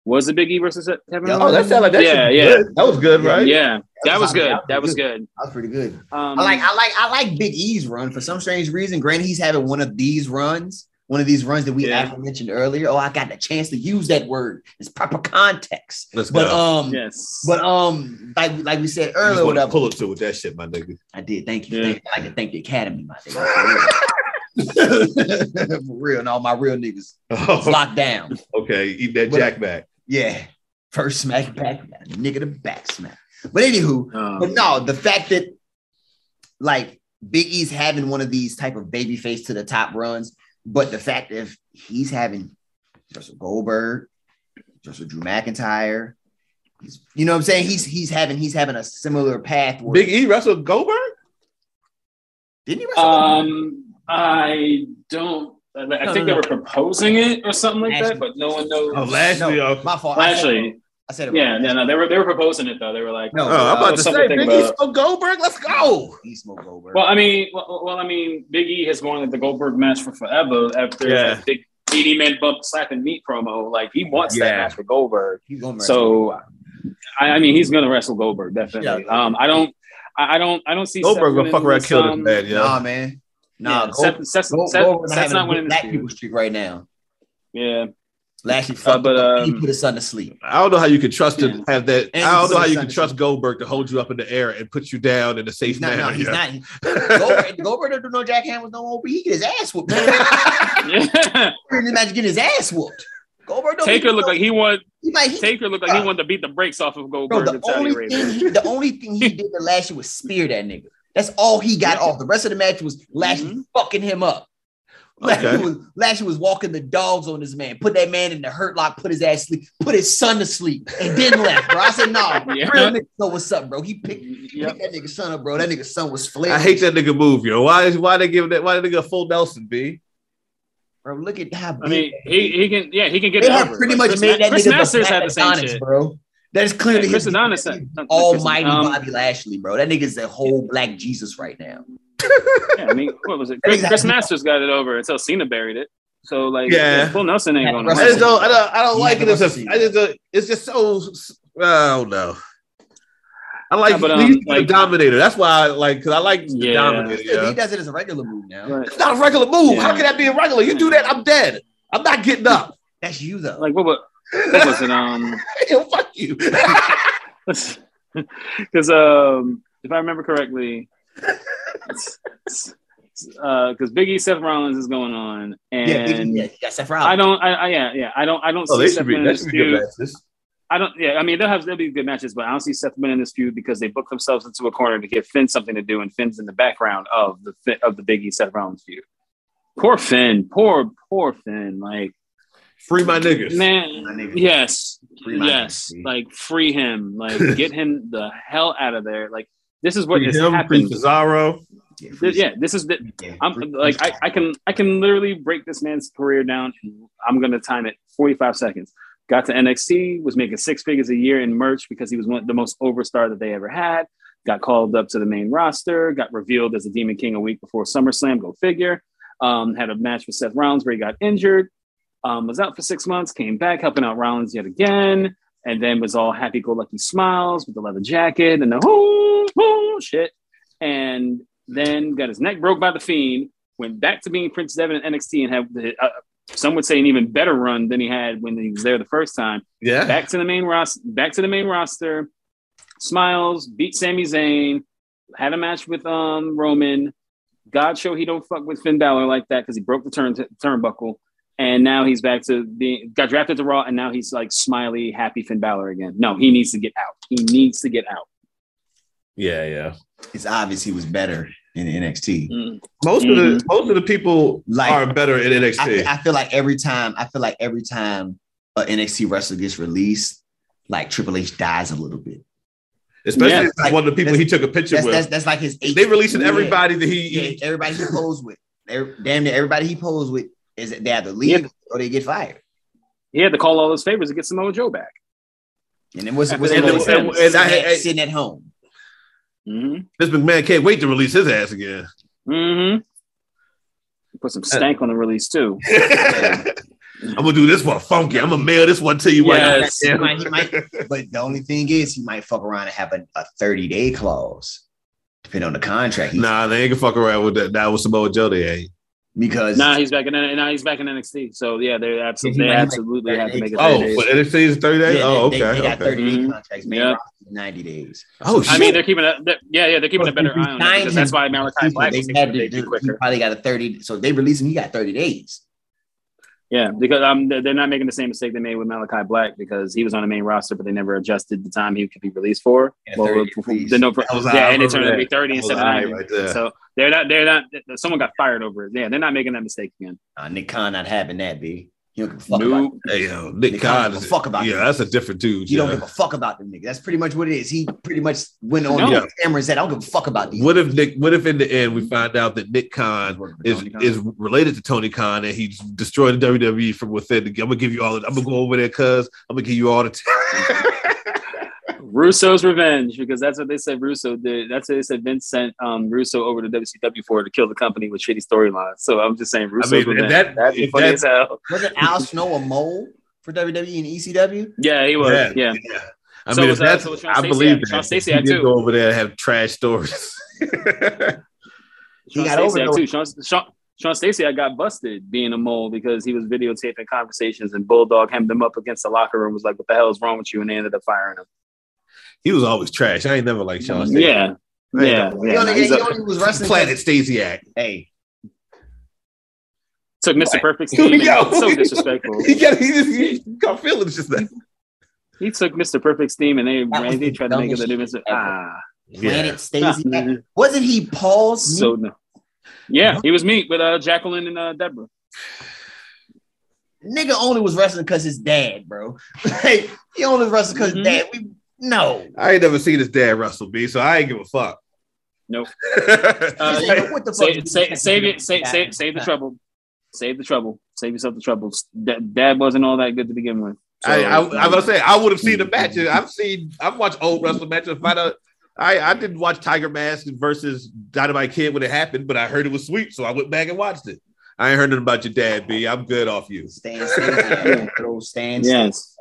Was it Big E versus Kevin? Yeah. oh, Owens? that sounded like that. Yeah, should be yeah. Good. That was good, right? yeah, that was good. That was good. good. That was pretty good. Um, I like I like I like Big E's run for some strange reason. Granted, he's having one of these runs, one of these runs that we Yeah. actually mentioned earlier. Oh, I got the chance to use that word. It's proper context. Let's But go. um, yes, but um, like like we said You earlier, just want to whatever. pull up to with that shit, my nigga. <laughs> I did. Thank you. Yeah. Thank you. I like to thank the academy, my nigga. For real. <laughs> For real, and all my real niggas It's Oh, locked <laughs> down. okay, eat that But- jack back. Yeah, first smack back, nigga the back smack. But anywho, Um, But no, the fact that like Big E's having one of these type of babyface to the top runs, but the fact if he's having Russell Goldberg, Russell Drew McIntyre, he's, you know what I'm saying? He's he's having he's having a similar path. Where, Big E wrestled Goldberg. didn't he wrestle? Um, I don't. I I No, think no, they were proposing it or something like Lashley. that, but no one knows. Oh, Lashley. No. Oh, My fault. I said it wrong. Lashley. I said it uh, Yeah, wrong. no, no, they were they were proposing it though. They were like, No. Oh, I'm about Uh, to something say, to Big think E about. wrestled Goldberg. Let's go. He smoked Goldberg. well, I mean, well, well, I mean, Big E has wanted the Goldberg match for forever after Yeah. that big DD man bump slapping meat promo. Like he wants Yeah. that match for Goldberg. he's gonna So, I, I mean, he's gonna wrestle Goldberg definitely. Yeah. Um, I don't, I I don't, I don't see Goldberg Seth gonna fuck winning around, this, kill um, this man, yo. nah, man. Nah, yeah, Gold- Seth, Seth, Gold- Seth, Goldberg's Seth's having a not good winning black this. year. people streak right now. Yeah, <laughs> Lashley fucked but, up. he um, put his son to sleep. I don't know how you can trust to Yeah. have that. And I don't he's know how you son can of- trust Goldberg to hold you up in the air and put you down in a safe He's not, no, manner. he's yo. not. Goldberg, Goldberg don't do no Jack Ham with no OB. He get his ass whooped. Man. yeah. Imagine getting his ass whooped. Goldberg don't Taker looked like he won. he might. He, Taker looked like he wanted to beat the brakes off of bro, Goldberg the and Tally only thing he, the only thing he did to Lashley was spear that nigga. That's all he got Yeah. Mm-hmm. off. The rest of the match was Lashley fucking him up. Okay. Lashley, was, Lashley was walking the dogs on this man, put that man in the hurt lock, put his ass sleep, put his son to sleep, and then left, bro. I said, no, <laughs> Yeah. real nigga know what's up, bro. He picked, Yep. picked that nigga's son up, bro. That nigga's son was flared. <laughs> I hate that nigga move, yo. Why is why they give that why that nigga a full Nelson B? bro. Look at how big I mean, he, he can yeah he can get they it have over. pretty Like, much Chris, made that Chris nigga Masters the had the Black same Adonis, shit. bro. That is clearly Yeah, Chris his- Adonis had- he's not Chris almighty Adonis, um, Bobby Lashley, bro. That nigga's the whole black Jesus right now. Yeah, I mean, what was it? Chris, Chris Exactly. Masters got it over until Cena buried it. So like, Yeah. Full Nelson ain't Yeah, going I Russell- to just don't I don't, I don't You like it. have It's to just, I just don't- it's just so I don't know. I like, Yeah, but, he um, used to be like- the dominator. That's why I like because I like the Yeah. dominator. He Yeah. does it as a regular move now. It's not a regular move. Yeah. How can that be a regular? You do that, I'm dead. I'm not getting up. <laughs> That's you though. Like what? What, what was it? Um, Yo, fuck you. <laughs> because um, if I remember correctly, uh, because Biggie Seth E, Rollins is going on, yeah, and Biggie, yeah, yeah, Seth I Rollins. don't, I, I yeah, yeah, I don't, I don't oh, see they Seth should be. winning That this should be good feud. matches. I don't, yeah, I mean they'll have they'll be good matches, but I don't see Seth winning this feud because they booked themselves into a corner to give Finn something to do, and Finn's in the background of the Fi- of the Biggie Seth Rollins feud. Poor Finn, poor poor Finn, like Free my niggas. man, My nigga. yes, Free my yes, niggas, like free <laughs> him, like get him the hell out of there. Like this is what Free has him, free happened. Cesaro. Yeah, This- yeah, this is the, yeah. I'm like I, I can I can literally break this man's career down and I'm gonna time it 45 seconds. Got to NXT, was making six figures a year in merch because he was one the most overstar that they ever had. Got called up to the main roster, got revealed as a Demon King a week before SummerSlam, go figure. Um, had a match with Seth Rollins where he got injured, um, was out for six months, came back, helping out Rollins yet again, and then was all happy go lucky smiles with the leather jacket and the whoo, whoo shit. And then got his neck broke by the Fiend, went back to being Prince Devin in NXT and have the, uh, some would say an even better run than he had when he was there the first time. Yeah. Back to the main roster. Back to the main roster. Smiles beat Sami Zayn. Had a match with um Roman. God show he don't fuck with Finn Balor like that because he broke the turn turnbuckle. And now he's back to being got drafted to Raw, and now he's like smiley, happy Finn Balor again. No, he needs to get out. He needs to get out. Yeah, yeah. It's obvious he was better in NXT. Most of the Mhm. most of the people Like- are better in I, NXT. feel- I feel like every time I feel like every time a NXT wrestler gets released, like Triple H dies a little bit. Especially Yeah. if it's one of the people he took a picture That's with. that's, that's like his. eighth- they releasing Yeah. everybody that he, Yeah, he- everybody he posed with, every, damn near everybody he posed with is that they either leave or they get fired. He had to call all those favors to get Samoa Joe back. And then what's what's And the it- most- and- and I- sitting, I- at, sitting at home? hmm this McMahon can't wait to release his ass <laughs> again. hmm Put Uh, some stank on the release too. I'm gonna do this one funky. I'm gonna mail this one to you right Yes. He now. might- he might- but the only thing is, he might fuck around and have a, a thirty day clause, depending on the contract. he- Nah, they ain't gonna fuck around with that. Now with Samoa Joe, they ain't. because Now he's back in now he's back in NXT. So yeah, they're absolutely they Yeah, he might- absolutely have to make it. Oh, thirty days. but NXT is 30 yeah, days? they, oh, they, okay. they got okay. thirty day Mhm. contracts, main Yeah. roster ninety days. Oh, I shit. mean, they're keeping a they're- yeah, yeah, they're keeping a better If you eye on it because sign that's him, why Malachi People, Black they was had to able to do, do he quicker. probably got a 30 so if they release him he got 30 days Yeah, because um, they're they're not making the same mistake they made with Malachi Black because he was on the main roster, but they never adjusted the time he could be released for. Yeah, Well, 30 for- for- please. the no, for, That was- yeah, I and it remember turned out to be that. thirty That was instead of all right ninety. right there. So they're not, they're not. Someone got fired over it. Yeah, they're not making that mistake again. uh, Nick Khan not having that big he don't give a fuck about Nope. Hey, yo, They Nick can't Khan. give a is- fuck about Yeah, him. that's a different dude. You don't yeah. give a fuck about them niggas. That's pretty much what it is. He pretty much went on No. the camera and said, I don't give a fuck about these. What if Nick? What if in the end we find out that Nick niggas Khan working for is Tony Khan." is related to Tony Khan and he destroyed the WWE from within? I'm gonna give you all. The, I'm gonna go over there, cuz I'm gonna give you all the. Russo's revenge because that's what they said. Russo did. That's what they said. Vince sent um, Russo over to WCW for to kill the company with shitty storylines. So I'm just saying, Russo's mean, if revenge. that- That'd be if funny that- as hell. wasn't Al Snow a mole for WWE and E ECW? Yeah, he was. Yeah. yeah. I So mean, if was, uh, that's, so was Sean I Stacey believe at- that. Sean Stacey he at did too. go over there and have trash stories. He Sean got Stacey over too. Sean, Sean, Sean Stacey I got busted being a mole because he was videotaping conversations and Bulldog hemmed him up against the locker room was like, "What the hell is wrong with you?" And they ended up firing him. <laughs> he was always trash. I ain't never liked Sean. Stacey. Yeah. I ain't Yeah, never- He yeah, only, no, he's he a- only was wrestling. <laughs> Planet Stasiak. Hey, Took Mr. Right. Perfect's Here name. we and- go. <laughs> <laughs> So disrespectful. He got he just he got feelings just then. He took Mr. Perfect's theme and they, That was they the tried to make it dumbest the new shit Mr. ever. Ah, Planet Yeah. Stacey. Wasn't he Paul's so no. Yeah, he was meat with uh, Jacqueline and uh, Deborah. Nigga only was wrestling because his dad, bro. <laughs> like, he only was wrestling because Mhm. dad. We no. I ain't never seen his dad wrestle B, so I ain't give a fuck. <laughs> Nope. He's Uh, like, what the fuck? save, save, save it. Save, save, save the trouble. Save the trouble. Save yourself the trouble. Da- Dad wasn't all that good to begin with. So, I, I, I was gonna say I would have seen the matches. I've seen I've watched old wrestling matches. Find out I, I didn't watch Tiger Mask versus Dynamite Kid when it happened, but I heard it was sweet, so I went back and watched it. I ain't heard nothing about your dad, B. I'm good off you. <laughs> Stand still. man. Throw stand still. yes.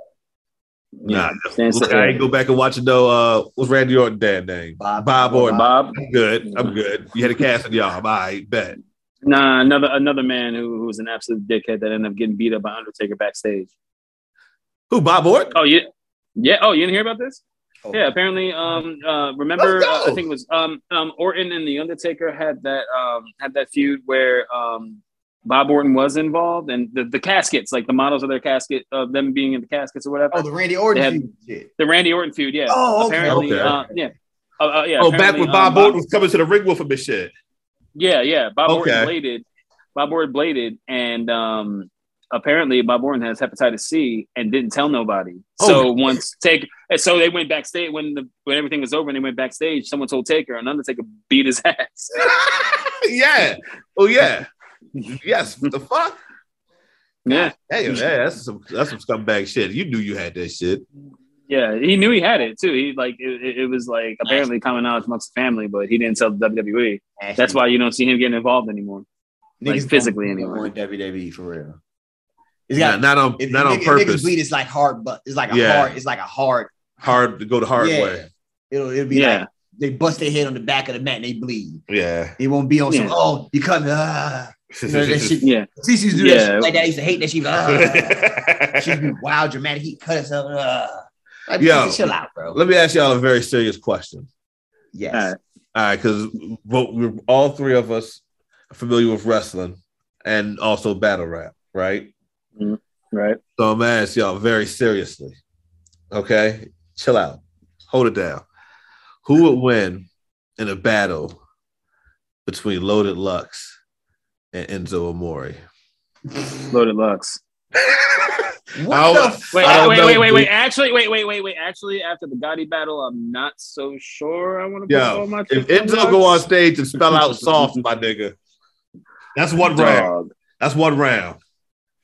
Nah, Stan said- I ain't go back and watch it though. Uh, what's Randy Orton dad name? Bob- Bob Orton. Bob. I'm good. I'm good. You had a cast on y'all. I'm all right. Bet. Nah, another another man who, who was an absolute dickhead that ended up getting beat up by Undertaker backstage. Who? Bob Orton? Oh yeah, yeah. Oh, you didn't hear about this? Oh. Yeah, apparently. Um, uh, remember? Let's Uh, I go. think it was um, um, Orton and the Undertaker had that um, had that feud where um, Bob Orton was involved, and the, the caskets, like the models of their casket, of them being in the caskets or whatever. Oh, the Randy Orton They have- feud shit. The Randy Orton feud, yeah. Oh, okay. Apparently, Okay. Uh, yeah. Uh, uh, yeah. oh, back apparently, when um, Bob Orton was coming to the ring with him and shit. <laughs> Yeah, yeah. Bob Okay. Orton bladed. Bob Orton bladed, and um, apparently Bob Orton has hepatitis C and didn't tell nobody. So Oh. once take, and so they went backstage when the when everything was over and they went backstage. Someone told Taker, and Undertaker beat his <laughs> ass. yeah. Oh yeah. Yes. The fuck. yeah, Hey, man, that's some that's some scumbag shit. You knew you had that shit. yeah. He knew he had it too. He like it, it- it was like apparently common knowledge amongst the family, but he didn't tell the WWE. That's why you don't see him getting involved anymore. like, Niggas physically don't anyway. want WWE E for real. It's Yeah, got not on if not niggas, on if purpose. Niggas bleed. It's like hard, but it's like a Yeah. hard. It's like a hard. Hard to go the hard Yeah. way. It'll it'll be Yeah. like they bust their head on the back of the mat and they bleed. Yeah. It won't be on some. Yeah. Oh, you cut me. Ah. You know, that <laughs> shit. <laughs> Yeah, Cece used to do Yeah. that shit like that. I used to hate that she. Ah. She'd be wild, dramatic. He cut herself. Uh. Like, Yo. nigga, chill out, bro. Let me ask y'all a very serious question. Yes. All right. All right, because we're all three of us are familiar with wrestling and also battle rap, right? right. So I'm gonna ask y'all very seriously. Okay, chill out, hold it down. Who would win in a battle between Loaded Lux and Enzo Amore? Loaded Lux. What I'll- the fuck? Wait, I don't wait, know, wait, wait, wait. dude. Actually, wait, wait, wait, wait. Actually, after the Gotti battle, I'm not so sure. I want to put Yo, all my If chips on Enzo go on Lux. stage and spell out soft, my nigga, that's one round. Dog. That's one round.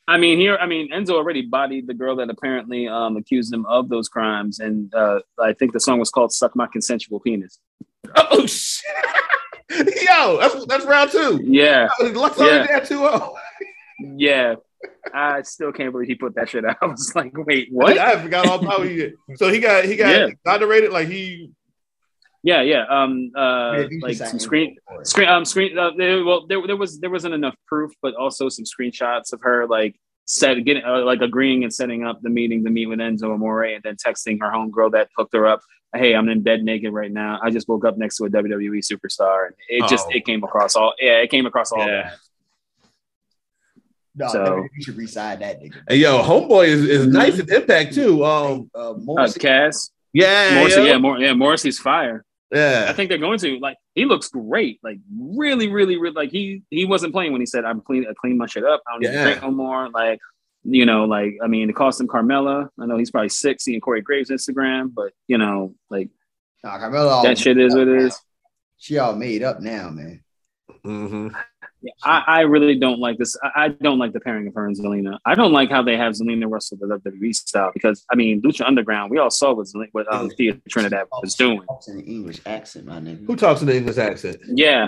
I mean, here, I mean, Enzo already bodied the girl that apparently um, accused him of those crimes, and uh, I think the song was called "Suck My Consensual Penis." Oh shit! <laughs> Yo, that's that's round two. Yeah, Lux Yeah. already oh. down 2-0. yeah. I still can't believe he put that shit out. <laughs> I was like, wait, what? I forgot all about he did. So he got he got Yeah. exonerated. Like he Yeah, yeah. Um, uh, If you like decide- some screen, screen um screen uh, there, well there, there was there wasn't enough proof but also some screenshots of her like set getting uh, like agreeing and setting up the meeting to meet with Enzo Amore and then texting her homegirl that hooked her up hey I'm in bed naked right now I just woke up next to a WWE superstar and it just Oh. it came across all yeah it came across all Yeah. No, So- you should reside that nigga. Hey, yo, homeboy is, is Mhm. nice at impact too. Um, Uh, uh, Morrissey, Cass yeah, Morrissey yo. yeah Mor- yeah Morrissey's fire I yeah, think they're going to like he looks great like really really really like he he wasn't playing when he said I'm clean I clean my shit up I don't need Yeah. to drink no more like you know like I mean it cost him Carmella I know he's probably sick seeing Corey Graves Instagram but you know like nah, Carmella all that shit is what it is She all made up now, man. Mhm. I, I really don't like this I, I don't like the pairing of her and Zelina I don't like how they have Zelina wrestle the WWE E style because I mean Lucha Underground we all saw what Zelina, what um, Thea Trinidad was doing Talks in an English accent, my nigga. Who talks in the English accent? yeah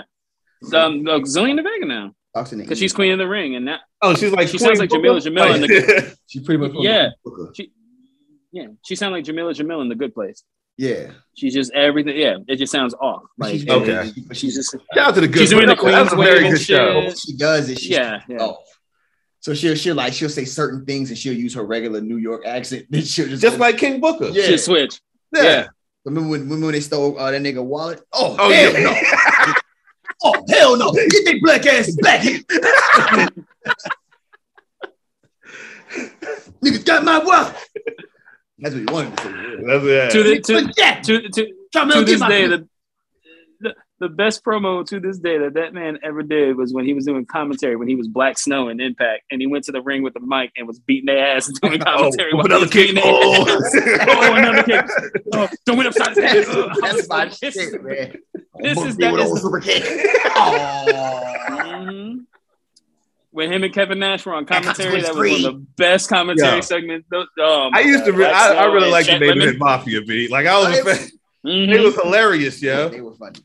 um, look, Zelina Vega now talks in the English? because she's queen of the ring and that Oh, she's like She sounds like Jamila <laughs> Jamil in the She pretty much yeah Booker. Yeah, she sounded like Jamila Jamil in The Good Place. yeah. She's just everything. Yeah, it just sounds off. But Like <laughs> she's, okay. but she's she's just Shout out to the good. She's doing the Place. That's a Queen's very Wave good and show. shit. what she does is she <laughs> yeah, yeah. Oh. So she'll she'll like she'll say certain things and she'll use her regular New York accent. <laughs> Then she'll just, Just like King Booker. Yeah. She switch. yeah. yeah. remember when remember when they stole uh, that nigga wallet? Oh, Oh hell yeah. no! Oh hell no! Get that black ass back <laughs> here! <laughs> Niggas got my wallet. That's what you wanted to say. <laughs> That's, yeah. To the But to yeah, to to, Carmelo, to get this my- day the. the- the best promo to this day that that man ever did was when he was doing commentary when he was Black Snow in Impact, and he went to the ring with the mic and was beating their ass doing commentary. Oh, while another he was kick. beating their Oh. ass. oh, another kick! Oh, don't win upside his head. Oh, I That's was my like, <laughs> this- shit, man. this Book is- me that with is- old super kick. Oh, Mhm. When him and Kevin Nash were on commentary, was that was one of the best commentary Yeah. segments. Those- Oh my I used to. God, Re- Black I, I Snow really and like the Jack main Lemon. event mafia beat. Like I was, a fan. Mhm. it was hilarious. Yeah, they were funny.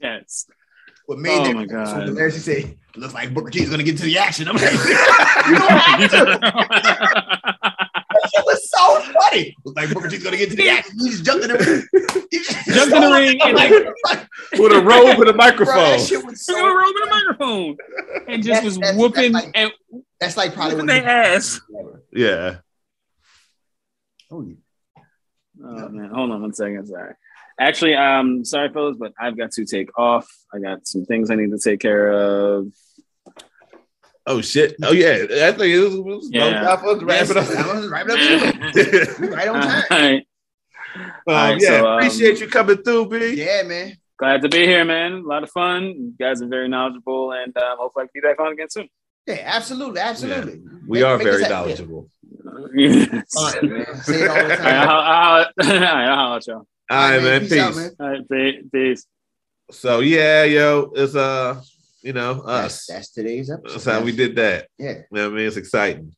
Yes. <laughs> What Oh made that my God. so hilarious? He said, "Looks like Booker T is gonna get to the action." I'm <laughs> like, <laughs> "You don't have to." It was so funny. It was like Booker T's gonna get to the action. He just jumped in the ring. He just <laughs> Jumped in the ring I'm and like, like- like, with a <laughs> robe and a bro, that microphone. shit was <laughs> They so. were over the microphone and just That's- was that's- whooping that's like- and That's like probably whooping one of their the ass. ever. Yeah. Oh, yeah. Oh man, hold on one second. Sorry. Actually, um, sorry fellas, but I've got to take off. I got some things I need to take care of. Oh shit. Oh yeah. I think it was, it was Yeah. no <laughs> time for us to wrap Yes, it up. that was Wrap it up. anyway. <laughs> All We right Uh-huh. on time. right. Um, right, yeah. so, um, appreciate you coming through, B. Yeah, man. Glad to be here, man. A lot of fun. You guys are very knowledgeable, and um, hopefully I can be back on again soon. Yeah, absolutely, absolutely. We Make- are make this very happen. knowledgeable. Yes. Fun, man. Say it all <laughs> the All right, time. I'll, I'll, all right, I'll holler at y'all. All right, man. Peace. out, man. All right, pe- peace. So yeah, yo, it's uh, you know, That's, us. that's today's episode. That's how we did that. Yeah, You know what I mean? It's exciting.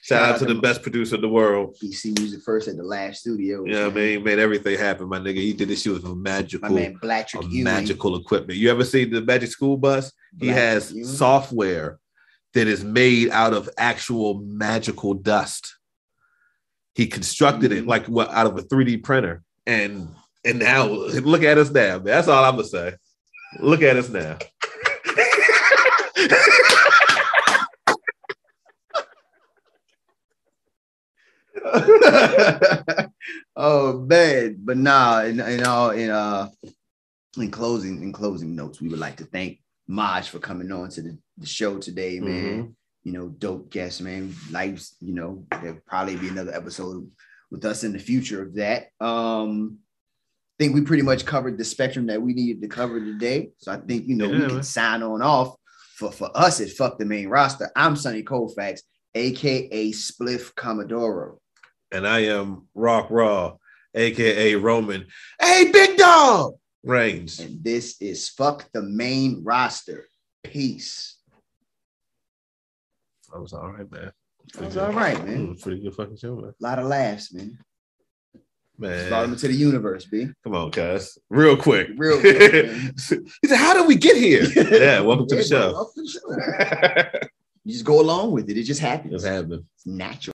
Shout out to the best producer in the world. BC music first at the live studio. You know what I mean? He Made everything happen, my nigga. He did this shit with a My magical, man, Black Trick a Ewing. magical equipment. You ever seen the Magic School Bus? He Black has Ewing. software that is made out of actual magical dust. He constructed Mhm. it like what out of a 3D printer. And and now look at us now. Man. That's all I'm gonna say. Look at us now. <laughs> oh man, but nah, in, in all in uh in closing in closing notes, we would like to thank Maj for coming on to the, the show today, Mm-hmm. man. You know, dope guest, man. Life's, you know, there'll probably be another episode with us in the future of that. Um I think we pretty much covered the spectrum that we needed to cover today. So I think you know we Yeah, can man. sign on off for for us at fuck the main roster. I'm Sonny Colfax, aka Spliff Commodoro. and I am Rock Raw, aka Roman. Hey, big dog. Reigns. And this is fuck the main roster. Peace. I was all right, man. That was all right, man. Mm, Pretty good fucking show, man. A lot of laughs, man. Just brought them Man, into the universe, B. come on, guys. Real quick. Real quick, man. <laughs> he said, "How did we <laughs> get here?" yeah, welcome to Yeah, the bro, show. welcome to the show. You just go along with it. It just happens. it's happening. It's natural.